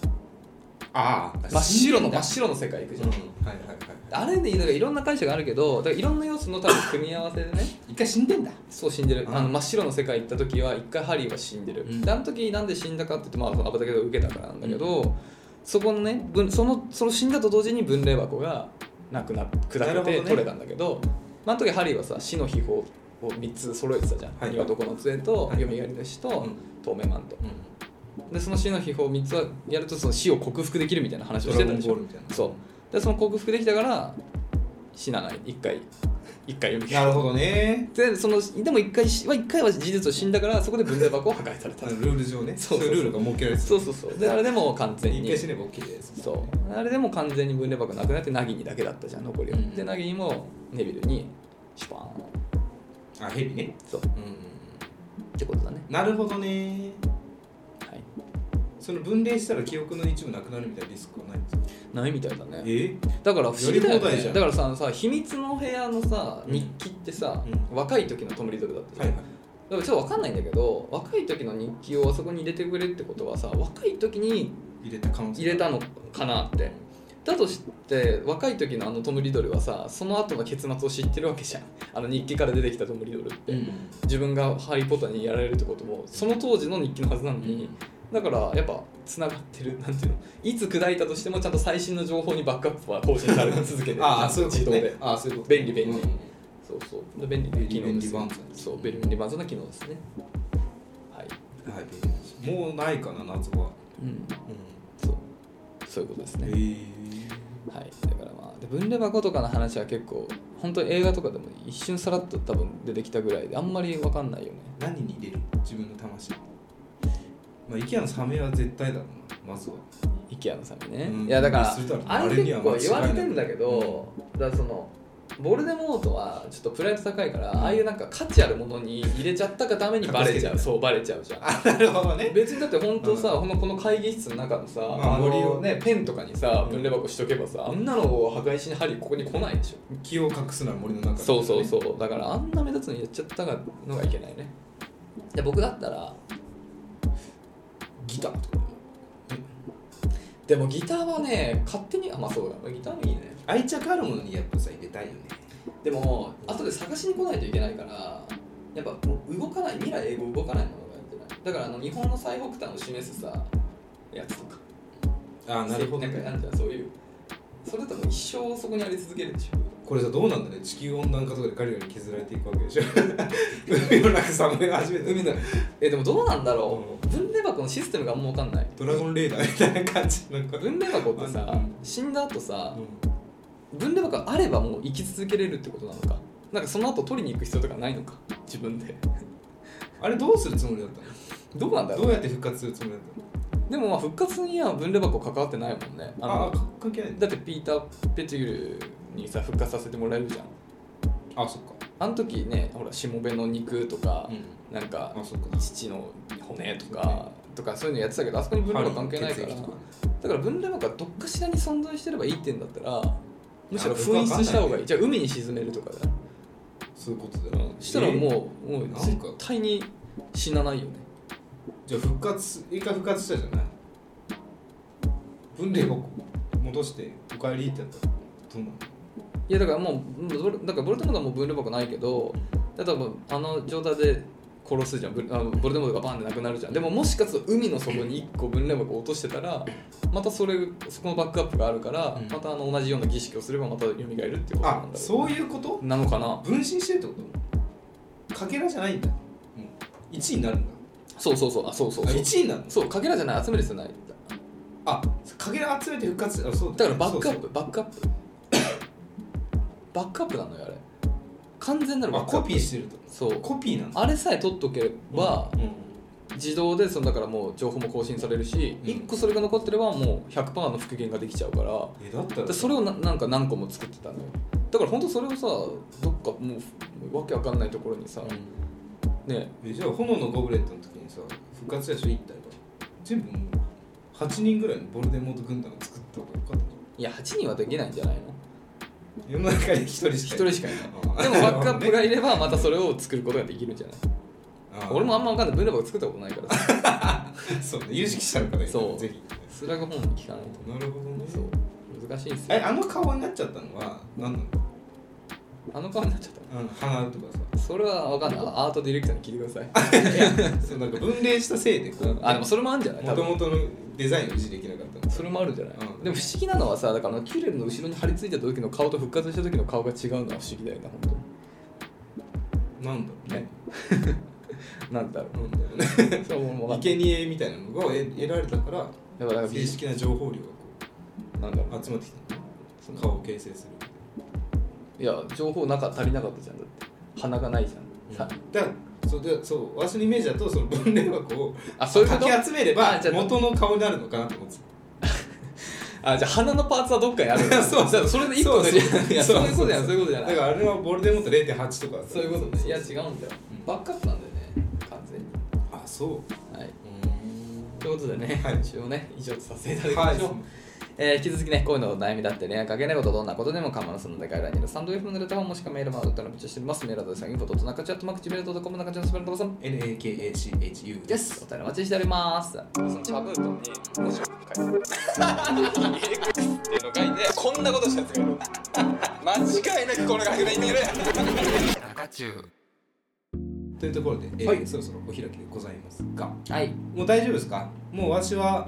Speaker 1: ああ
Speaker 2: 真っ白の
Speaker 1: 真
Speaker 2: 真
Speaker 1: っ
Speaker 2: っ白の世界行くじゃ
Speaker 1: 白
Speaker 2: ん、
Speaker 1: うんはいはいはい
Speaker 2: あれねだからいろんな解釈があるけどだからいろんな要素の多分組み合わせでね
Speaker 1: 一回死んでんだ
Speaker 2: そう死んでる、
Speaker 1: うん
Speaker 2: あの真っ白の世界行った時は一回ハリーは死んでる、
Speaker 1: うん
Speaker 2: であの時なんで死んだかって言ってまあそのアバタケを受けたからなんだけど、そこのね分そのその死んだと同時に分霊箱がなくな
Speaker 1: なる
Speaker 2: 砕
Speaker 1: ほ
Speaker 2: け
Speaker 1: ど
Speaker 2: て
Speaker 1: ね
Speaker 2: 取れたんだけどまあ、あの時ハリーはさ死の秘宝を3つ揃えてたじゃん、
Speaker 1: はい
Speaker 2: 今どこの杖と、
Speaker 1: はい
Speaker 2: よみがえりの石と、
Speaker 1: ん
Speaker 2: 透明マントでその死の秘宝3つはやるとその死を克服できるみたいな話を
Speaker 1: ド
Speaker 2: して
Speaker 1: ラ
Speaker 2: た
Speaker 1: ゴン
Speaker 2: でし
Speaker 1: ボー
Speaker 2: ょ
Speaker 1: ルみたいな
Speaker 2: そうでその克服できたから死なない一回一回読み
Speaker 1: なるほどね
Speaker 2: でそのでも一回しは一回は事実を死んだからそこで分霊箱を破壊された
Speaker 1: ただルール上ね
Speaker 2: そ
Speaker 1: そうう
Speaker 2: そうそう
Speaker 1: いうルールが設けられて
Speaker 2: そうそうそうであれでもう完
Speaker 1: た
Speaker 2: 全
Speaker 1: 一
Speaker 2: に
Speaker 1: 回死ねば OK です
Speaker 2: そうあれでもう完全に分霊箱なくなってナギにだけだったじゃん残りは、
Speaker 1: うん
Speaker 2: でナギにもネビルにシュパーン
Speaker 1: あヘビね
Speaker 2: そう
Speaker 1: うん
Speaker 2: ってことだね
Speaker 1: なるほどね
Speaker 2: はい
Speaker 1: その分類したら記憶の一部なくなるみたいなリスクはないんですか
Speaker 2: ないみたいだね
Speaker 1: え
Speaker 2: だから不思議だよ
Speaker 1: やり放題
Speaker 2: ね
Speaker 1: じゃん
Speaker 2: だからささ秘密の部屋のさ日記ってさ、
Speaker 1: う
Speaker 2: 若い時のトム・リドルだったじゃん
Speaker 1: はいはい
Speaker 2: だからちょっと分かんないんだけど若い時の日記をあそこに入れてくれってことはさ若い時に
Speaker 1: 入れた可能性
Speaker 2: 入れたのかなってだとして若い時のあのトム・リドルはさその後の結末を知ってるわけじゃんあの日記から出てきたトム・リドルって、
Speaker 1: うん
Speaker 2: 自分が「ハリー・ポッター」にやられるってこともその当時の日記のはずなのに、だからやっぱつながってるなんていうのいつ砕いたとしてもちゃんと最新の情報にバックアップは更新され続けてる
Speaker 1: ああそういうこ
Speaker 2: 自
Speaker 1: と
Speaker 2: 動
Speaker 1: ね
Speaker 2: で
Speaker 1: ああそういうこと
Speaker 2: 便利便利
Speaker 1: うん
Speaker 2: そうそうで便利な機能
Speaker 1: 便利便
Speaker 2: です
Speaker 1: 利
Speaker 2: よ
Speaker 1: 万歳
Speaker 2: そう便利便利万歳な機能ですねは
Speaker 1: は
Speaker 2: い、
Speaker 1: い便利ですもうないかな謎は
Speaker 2: うん、
Speaker 1: う
Speaker 2: そうそういうことですね、
Speaker 1: んえ
Speaker 2: はい、だからまあで分霊箱とかの話は結構本当に映画とかでも一瞬さらっと多分出てきたぐらいであんまり分かんないよね
Speaker 1: 何に入れる自分の魂まあ IKEA のサメは絶対だろうなまずは
Speaker 2: IKEA のサメね、
Speaker 1: うん
Speaker 2: いやだから
Speaker 1: それとは
Speaker 2: あれ
Speaker 1: あれに
Speaker 2: 結
Speaker 1: は
Speaker 2: 構言わ
Speaker 1: 間違いな
Speaker 2: れ
Speaker 1: い
Speaker 2: てんだけど、だからそのボルデモートはちょっとプライド高いから、ああいうなんか価値あるものに入れちゃったがためにバレちゃう
Speaker 1: 隠してる
Speaker 2: そうバレちゃうじゃん
Speaker 1: あ なるほどね
Speaker 2: 別にだって本当さ、このこの会議室の中のさ、
Speaker 1: まあ
Speaker 2: あの
Speaker 1: 森を
Speaker 2: ねペンとかにさ
Speaker 1: うん
Speaker 2: 分霊箱しとけばさあんなのを破壊しに針ここに来ないでしょ
Speaker 1: 気を隠すなら森の中だからね
Speaker 2: そうそうそうだからあんな目立つのやっちゃったのがいけないねで僕だったらギターとかでもギターはね勝手にあまあそうだギターもいいね
Speaker 1: 愛着あるものにやっぱさ入れたいよね
Speaker 2: でも後で探しに来ないといけないからやっぱもう動かない未来英語動かないものがやってないだからあの日本の最北端を示すさやつとか
Speaker 1: あなるほど
Speaker 2: んかあるじゃんそういうそれだともう一生そこにあり続けるでしょ
Speaker 1: これさどうなんだね地球温暖化とかでガリガリ削られていくわけでしょ海の中サメが初めて
Speaker 2: 海のえでもどうなんだろう分霊箱のシステムがあんま分かんない
Speaker 1: ドラゴンレーダーみたいな感じなんか、うん
Speaker 2: 分霊箱ってさ
Speaker 1: うん
Speaker 2: 死んだ後さ分霊箱があればもう生き続けれるってことなのかなんかその後取りに行く必要とかないのか自分で
Speaker 1: あれどうするつもりだった
Speaker 2: どうなんだ
Speaker 1: の
Speaker 2: ろ
Speaker 1: ど
Speaker 2: う
Speaker 1: うやって復活するつもりだっ
Speaker 2: でもまあ復活には分霊箱関わってないもんね
Speaker 1: たの
Speaker 2: あの
Speaker 1: ああか関係ないんだ
Speaker 2: だってピーター・ペティグルにさ復活させてもらえるじゃん
Speaker 1: あそっか
Speaker 2: あの時ねほらしもべの肉とか、
Speaker 1: ん
Speaker 2: なんか
Speaker 1: あそっか
Speaker 2: 父の骨とかとかそういうのやってたけどあそこに分霊箱関係ないから
Speaker 1: 針の血液とね
Speaker 2: だから分霊箱がどっかしらに存在してればいいってんだったらむしろ
Speaker 1: あ僕は分かんな
Speaker 2: 紛
Speaker 1: い
Speaker 2: 失した方がいいじゃあ海に沈めるとかだ
Speaker 1: そういうことだよ、
Speaker 2: したらもう、
Speaker 1: な
Speaker 2: もう
Speaker 1: んか
Speaker 2: 絶対に死なないよね
Speaker 1: じゃあ復活一回復活したじゃない分霊箱戻して「おかえり」ってやったらどうなの
Speaker 2: いやだからもうボルだからボルトモートはもう分類箱ないけど例えばあの状態で殺すじゃんブルあのボルトモートがバンってなくなるじゃんでももしかすると海の底に1個分類箱落としてたらまたそれそこのバックアップがあるから、
Speaker 1: うん
Speaker 2: またあの同じような儀式をすればまた蘇るっていうことなんだ
Speaker 1: あ
Speaker 2: ろ
Speaker 1: そういうこと
Speaker 2: なのかな
Speaker 1: 分身してるってことかけらじゃないんだもう1位になるんだ
Speaker 2: そうそうそうあそうそう
Speaker 1: あ
Speaker 2: そう
Speaker 1: 1位になるの
Speaker 2: そうかけらじゃない集める必要ない
Speaker 1: あかけら集めて復活あそう
Speaker 2: だか
Speaker 1: よ
Speaker 2: ら
Speaker 1: ね
Speaker 2: バックアップ
Speaker 1: そう
Speaker 2: バックアップバックアップなのよあれ完全な
Speaker 1: そう
Speaker 2: るバ
Speaker 1: あ
Speaker 2: ック
Speaker 1: コ
Speaker 2: アップ
Speaker 1: ピーしてるってこ
Speaker 2: そう
Speaker 1: とコピーなんだ
Speaker 2: あれさえ取っとければ、
Speaker 1: うん
Speaker 2: 自動でそのだからもう情報も更新されるし、
Speaker 1: うん
Speaker 2: 一1個それが残ってればもう100%の復元ができちゃうから
Speaker 1: えだったら
Speaker 2: でそれをななんか何個も作ってたのよだから本当それをさどっかもうわけわかんないところにさ、ね
Speaker 1: えじゃあ炎のゴブレットの時にさ復活やしょ1体が全部もう8人ぐらいのボルデモート軍団が作った方がよかったの
Speaker 2: いや8人はできないんじゃないの
Speaker 1: 世の中に1人し
Speaker 2: 1
Speaker 1: か
Speaker 2: 人しかいない
Speaker 1: あ
Speaker 2: でもバックアップがいればまたそれを作ることができるんじゃない
Speaker 1: あー
Speaker 2: 俺もあんま分かんない文楽作ったことないからさ
Speaker 1: そうね有識者の方がいたら
Speaker 2: そう
Speaker 1: ぜひ
Speaker 2: スラグ本聞かないと
Speaker 1: なるほどね
Speaker 2: そう難しいんです
Speaker 1: え
Speaker 2: よ
Speaker 1: あの顔になっちゃったのは何なの
Speaker 2: あの顔になっちゃっ
Speaker 1: あの鼻とか
Speaker 2: たそれは分かんないアートディレクターに聞いてください
Speaker 1: さい やそうなんか分類したせいでこう
Speaker 2: あでもそれもあるんじゃない多
Speaker 1: もと
Speaker 2: 分
Speaker 1: もとのデザインを維持できなかったの
Speaker 2: それもあるんじゃない、
Speaker 1: うん
Speaker 2: でも不思議なのはさだからあのキュレルの後ろに張り付いてた時の顔と復活した時の顔が違うのは不思議だよな本
Speaker 1: なんだ
Speaker 2: 当
Speaker 1: ろう
Speaker 2: ね
Speaker 1: ねなん
Speaker 2: なんだろ
Speaker 1: だろうね
Speaker 2: うそれも分かんない
Speaker 1: 生贄みたいなのが得得られたから
Speaker 2: だからなんか美
Speaker 1: 正式な情報量が
Speaker 2: なんだろ
Speaker 1: こう集まってきたのね
Speaker 2: う
Speaker 1: 顔を形成する
Speaker 2: いや情報なか足りなかったじゃんだって鼻がないじゃん、さ
Speaker 1: だからそうでそう私のイメージだとその分類箱を
Speaker 2: あそういうこ
Speaker 1: か
Speaker 2: と
Speaker 1: き集めれば
Speaker 2: あじゃあ
Speaker 1: 元の顔になるのかなと思って
Speaker 2: あじゃあ鼻のパーツはどっかにあるんだ
Speaker 1: そう
Speaker 2: じ ゃあそれで一
Speaker 1: そ
Speaker 2: 個
Speaker 1: う
Speaker 2: 知らないいやそういうことじゃないそういうことじゃ
Speaker 1: た
Speaker 2: な
Speaker 1: だ
Speaker 2: い
Speaker 1: からあれはボルデモート0.8とか
Speaker 2: そういうことねいや違
Speaker 1: う
Speaker 2: うんだよ
Speaker 1: ん
Speaker 2: バックアップなんだよね完全に
Speaker 1: あそう
Speaker 2: は
Speaker 1: う
Speaker 2: い
Speaker 1: ん
Speaker 2: ということでね、
Speaker 1: はい
Speaker 2: 今週もね以上とさせていただき
Speaker 1: は
Speaker 2: ま
Speaker 1: い
Speaker 2: しょう、えー引き続きね、恋のお悩みだって恋愛かけないこと、どんなことでも構いませんので、概要欄にいるサンドウェフのレターもしくはメールもあったら募集しております。メールアドレスは info. となかちゃっとまくちべる .com なかちゃんすべるとこさん
Speaker 1: NAKACHU
Speaker 2: で
Speaker 1: です
Speaker 2: す。お便りお待ちしております。そのタブートに文字を書いてっていうのを書いて、こんなことしたやつがいる。間違いなくこの学年にいる。
Speaker 3: 中中
Speaker 1: というところで、えー
Speaker 2: はい
Speaker 1: そろそろお開きでございますが
Speaker 2: はい。
Speaker 1: もう大丈夫ですかもう私は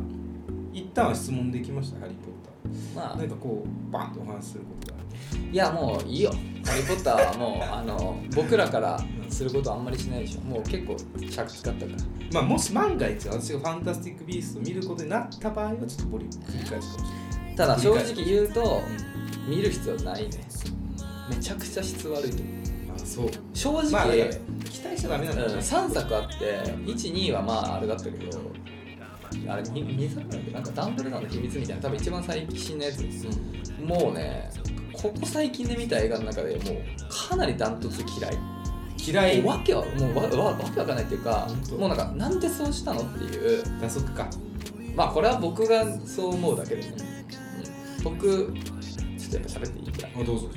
Speaker 1: 一旦は質問できました「ハリー・ポッタ
Speaker 2: ま
Speaker 1: ー」
Speaker 2: あ
Speaker 1: な、んかこうバンとお話しすることがある
Speaker 2: いや、もういいよ。ハリー・ポッターはもう、あの、僕らからすることあんまりしないでしょ。もう結構着地かったから。
Speaker 1: まあもし万が一私が「ファンタスティック・ビースト」を見ることになった場合はちょっとボリューム繰り返すかもしれない
Speaker 2: ただ正直言うと、
Speaker 1: う
Speaker 2: 見る必要ないね。めちゃくちゃ質悪いと思うん
Speaker 1: あそう
Speaker 2: 正直、
Speaker 1: まあだから期待しちゃダメなんだ
Speaker 2: うん
Speaker 1: よね
Speaker 2: 3作あって12はまああれだったけどあれ 2, 2作だっけなんかダンブルドアの秘密みたいな多分一番最新のやつですもうねここ最近で見た映画の中でもうかなりダントツ嫌い
Speaker 1: 嫌い
Speaker 2: もうわけはもうわわわけわかんないっていうか
Speaker 1: 本当
Speaker 2: もうなんかなんでそうしたのっていう
Speaker 1: 打足か
Speaker 2: まあこれは僕がそう思うだけでね、うん、僕ちょっとやっぱ喋っていいか
Speaker 1: あどうぞ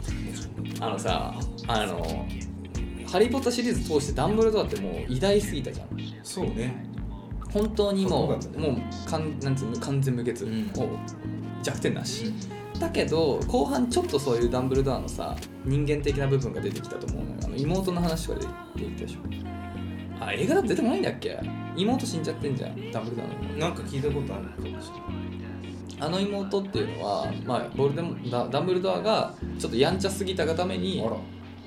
Speaker 2: あのさあの「ハリー・ポッター」シリーズ通してダンブルドアってもう偉大すぎたじゃん
Speaker 1: そうね
Speaker 2: 本当にもう
Speaker 1: かっこよかったね
Speaker 2: もうかんなんつうの完全無欠、
Speaker 1: うん
Speaker 2: もう弱点なし、だけど後半ちょっとそういうダンブルドアのさ人間的な部分が出てきたと思うのよあの妹の話とか出てきたでしょあ映画だと出てこないんだっけ妹死んじゃってんじゃんダンブルドアの妹
Speaker 1: なんか聞いたことあるかもしれない
Speaker 2: あの妹っていうのは、まあ、ボルデモダダンブルドアがちょっとやんちゃすぎたがために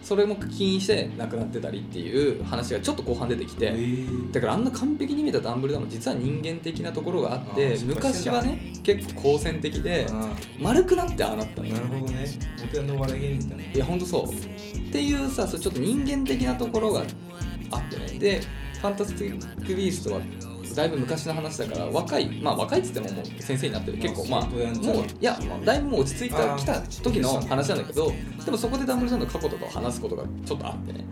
Speaker 2: それも起因して亡くなってたりっていう話がちょっと後半出てきて、
Speaker 1: えー
Speaker 2: だからあんな完璧に見たダンブルダーも実は人間的なところがあって
Speaker 1: あー
Speaker 2: 昔はね結構好戦的で
Speaker 1: あ
Speaker 2: 丸くなってああなった
Speaker 1: ー
Speaker 2: の
Speaker 1: なるほどねお手のお笑い芸人だね
Speaker 2: いやほんとそうっていうさそうちょっと人間的なところがあってねで「ファンタスティック・ビースト」はだいぶ昔の話だから若いまあ若いっつってももう先生になってる結構ま
Speaker 1: まあ
Speaker 2: あ
Speaker 1: 相当やんちゃ
Speaker 2: もういやまあだいぶもう落ち着いた
Speaker 1: あー
Speaker 2: 来た時の話なんだけどでもそこでダンブルダーの過去とかを話すことがちょっとあってね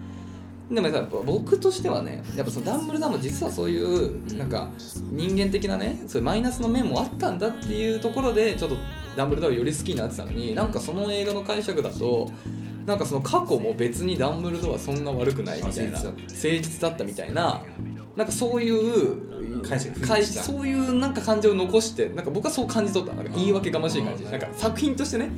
Speaker 2: でもやっぱ僕としてはねやっぱそのダンブルダーも実はそういうなんか人間的なねそういうマイナスの面もあったんだっていうところでちょっとダンブルダーをより好きになってたのになんかその映画の解釈だとなんかその過去も別にダンブルドアはそんな悪くないみたいな
Speaker 1: あ誠実だ
Speaker 2: 誠実だったみたいななんかそういう
Speaker 1: 解釈
Speaker 2: 解そういうなんか感情を残してなんか僕はそう感じ取ったなんか言い訳がましい感じ
Speaker 1: あー
Speaker 2: なんか作品としてね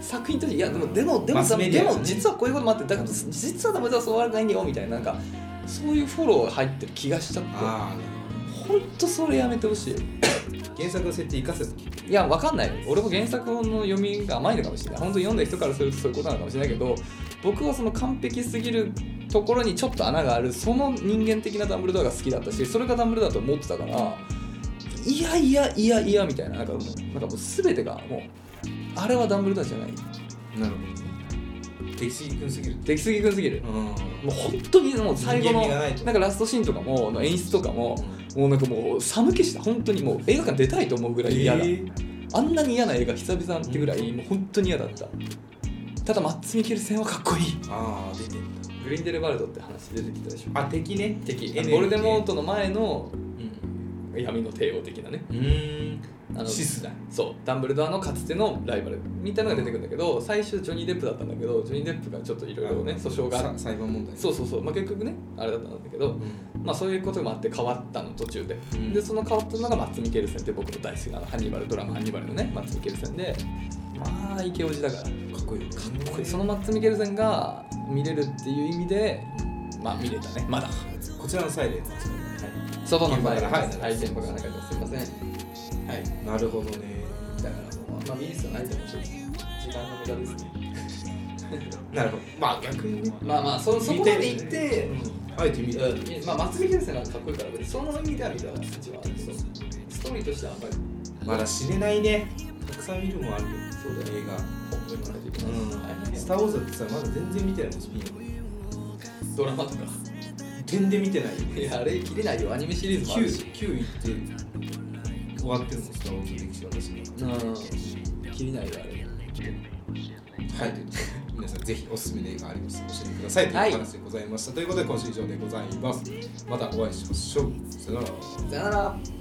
Speaker 2: 作品としていやでもでもでも
Speaker 1: マスメデ
Speaker 2: で
Speaker 1: ィア
Speaker 2: も実はこういうこともあってだから実はダメだそう悪くないんだよみたいななんかそういうフォローが入ってる気がしちゃって
Speaker 1: ああ
Speaker 2: 本当それやめてほしい
Speaker 1: 原作の設定生かせと
Speaker 2: いや、わかんない。俺も原作の読みが甘いのかもしれない。本当に読んだ人からするとそういうことなのかもしれないけど、僕はその完璧すぎるところにちょっと穴がある、その人間的なダンブルドアが好きだったし、それがダンブルドアと思ってたから、いやいやいやいやみたいな、なんかもう、なんかもう全てがもう、あれはダンブルドアじゃない。
Speaker 1: なるほど敵地君すぎる
Speaker 2: 出来すぎくんすぎる。
Speaker 1: うん
Speaker 2: もう本当にもう最後
Speaker 1: 人間
Speaker 2: の、
Speaker 1: 味がな
Speaker 2: ないん
Speaker 1: と
Speaker 2: かラストシーンとかも、の演出とかも、もうなんかもう寒気した、本当にもう映画館出たいと思うぐらい嫌だ。
Speaker 1: えー
Speaker 2: あんなに嫌な映画久々ってぐらい、もう本当に嫌だった。ただ、マッツ・ミケルセンはかっこいい。
Speaker 1: ああ出てん
Speaker 2: グリンデルバルドって話出てきたでしょ。
Speaker 1: だあ敵ね
Speaker 2: 敵、
Speaker 1: NLK
Speaker 2: ボルデモートの前の
Speaker 1: うん
Speaker 2: 闇の帝王的なね。
Speaker 1: うーん
Speaker 2: あの
Speaker 1: シスだ
Speaker 2: そうダンブルドアのかつてのライバルみたいなのが出てくるんだけど最初ジョニー・デップだったんだけどジョニー・デップがちょっといろいろね訴訟があっ
Speaker 1: さ裁判問題、
Speaker 2: そううそうそう、まあ、結局ねあれだったんだけど、まあ、そういうこともあって変わったの途中で、
Speaker 1: うん
Speaker 2: でその変わったのがマッツ・ミケルセンって僕の大好きなハンニバルドラマハンニバルのねマッツ・ミケルセンでまあイケオジだから
Speaker 1: かっこいいかっ
Speaker 2: これそのマッツ・ミケルセンが見れるっていう意味でまあ見れたねまだ
Speaker 1: こちらのサイレン
Speaker 2: 外の場合は
Speaker 1: はい
Speaker 2: はい現場がなかったすいませんはい
Speaker 1: なるほどね
Speaker 2: だからもうまあ見る必要ないと思うし時間の無駄ですね
Speaker 1: なるほどまあ逆にね
Speaker 2: まあまあそそこまで行って、
Speaker 1: あえて見る
Speaker 2: うんまあ、松見先生なんかかっこいいから、その意味では見た一番あるけど、ストーリーとしてはあんまり、
Speaker 1: まだ知れないねたくさん見るもんあるよ
Speaker 2: そうだね
Speaker 1: 映画
Speaker 2: 覚えてもらえていけない
Speaker 1: うん、
Speaker 2: です
Speaker 1: ス
Speaker 2: は
Speaker 1: ター・ウォーズだってさまだ全然見てないのスピンオフ
Speaker 2: いドラマとか、
Speaker 1: 点で見てないよ
Speaker 2: いや、あれ、切れないよ、アニメシリーズもあるし、
Speaker 1: 9, 9行って終わってるのスター・ウォーズの歴史は私に
Speaker 2: うん、切れないよ、あれ。
Speaker 1: はい皆さんぜひおすすめの映画あります教えてくださいというお話でございました、ということで今週以上でございますまたお会いしましょうさよなら
Speaker 2: さよなら。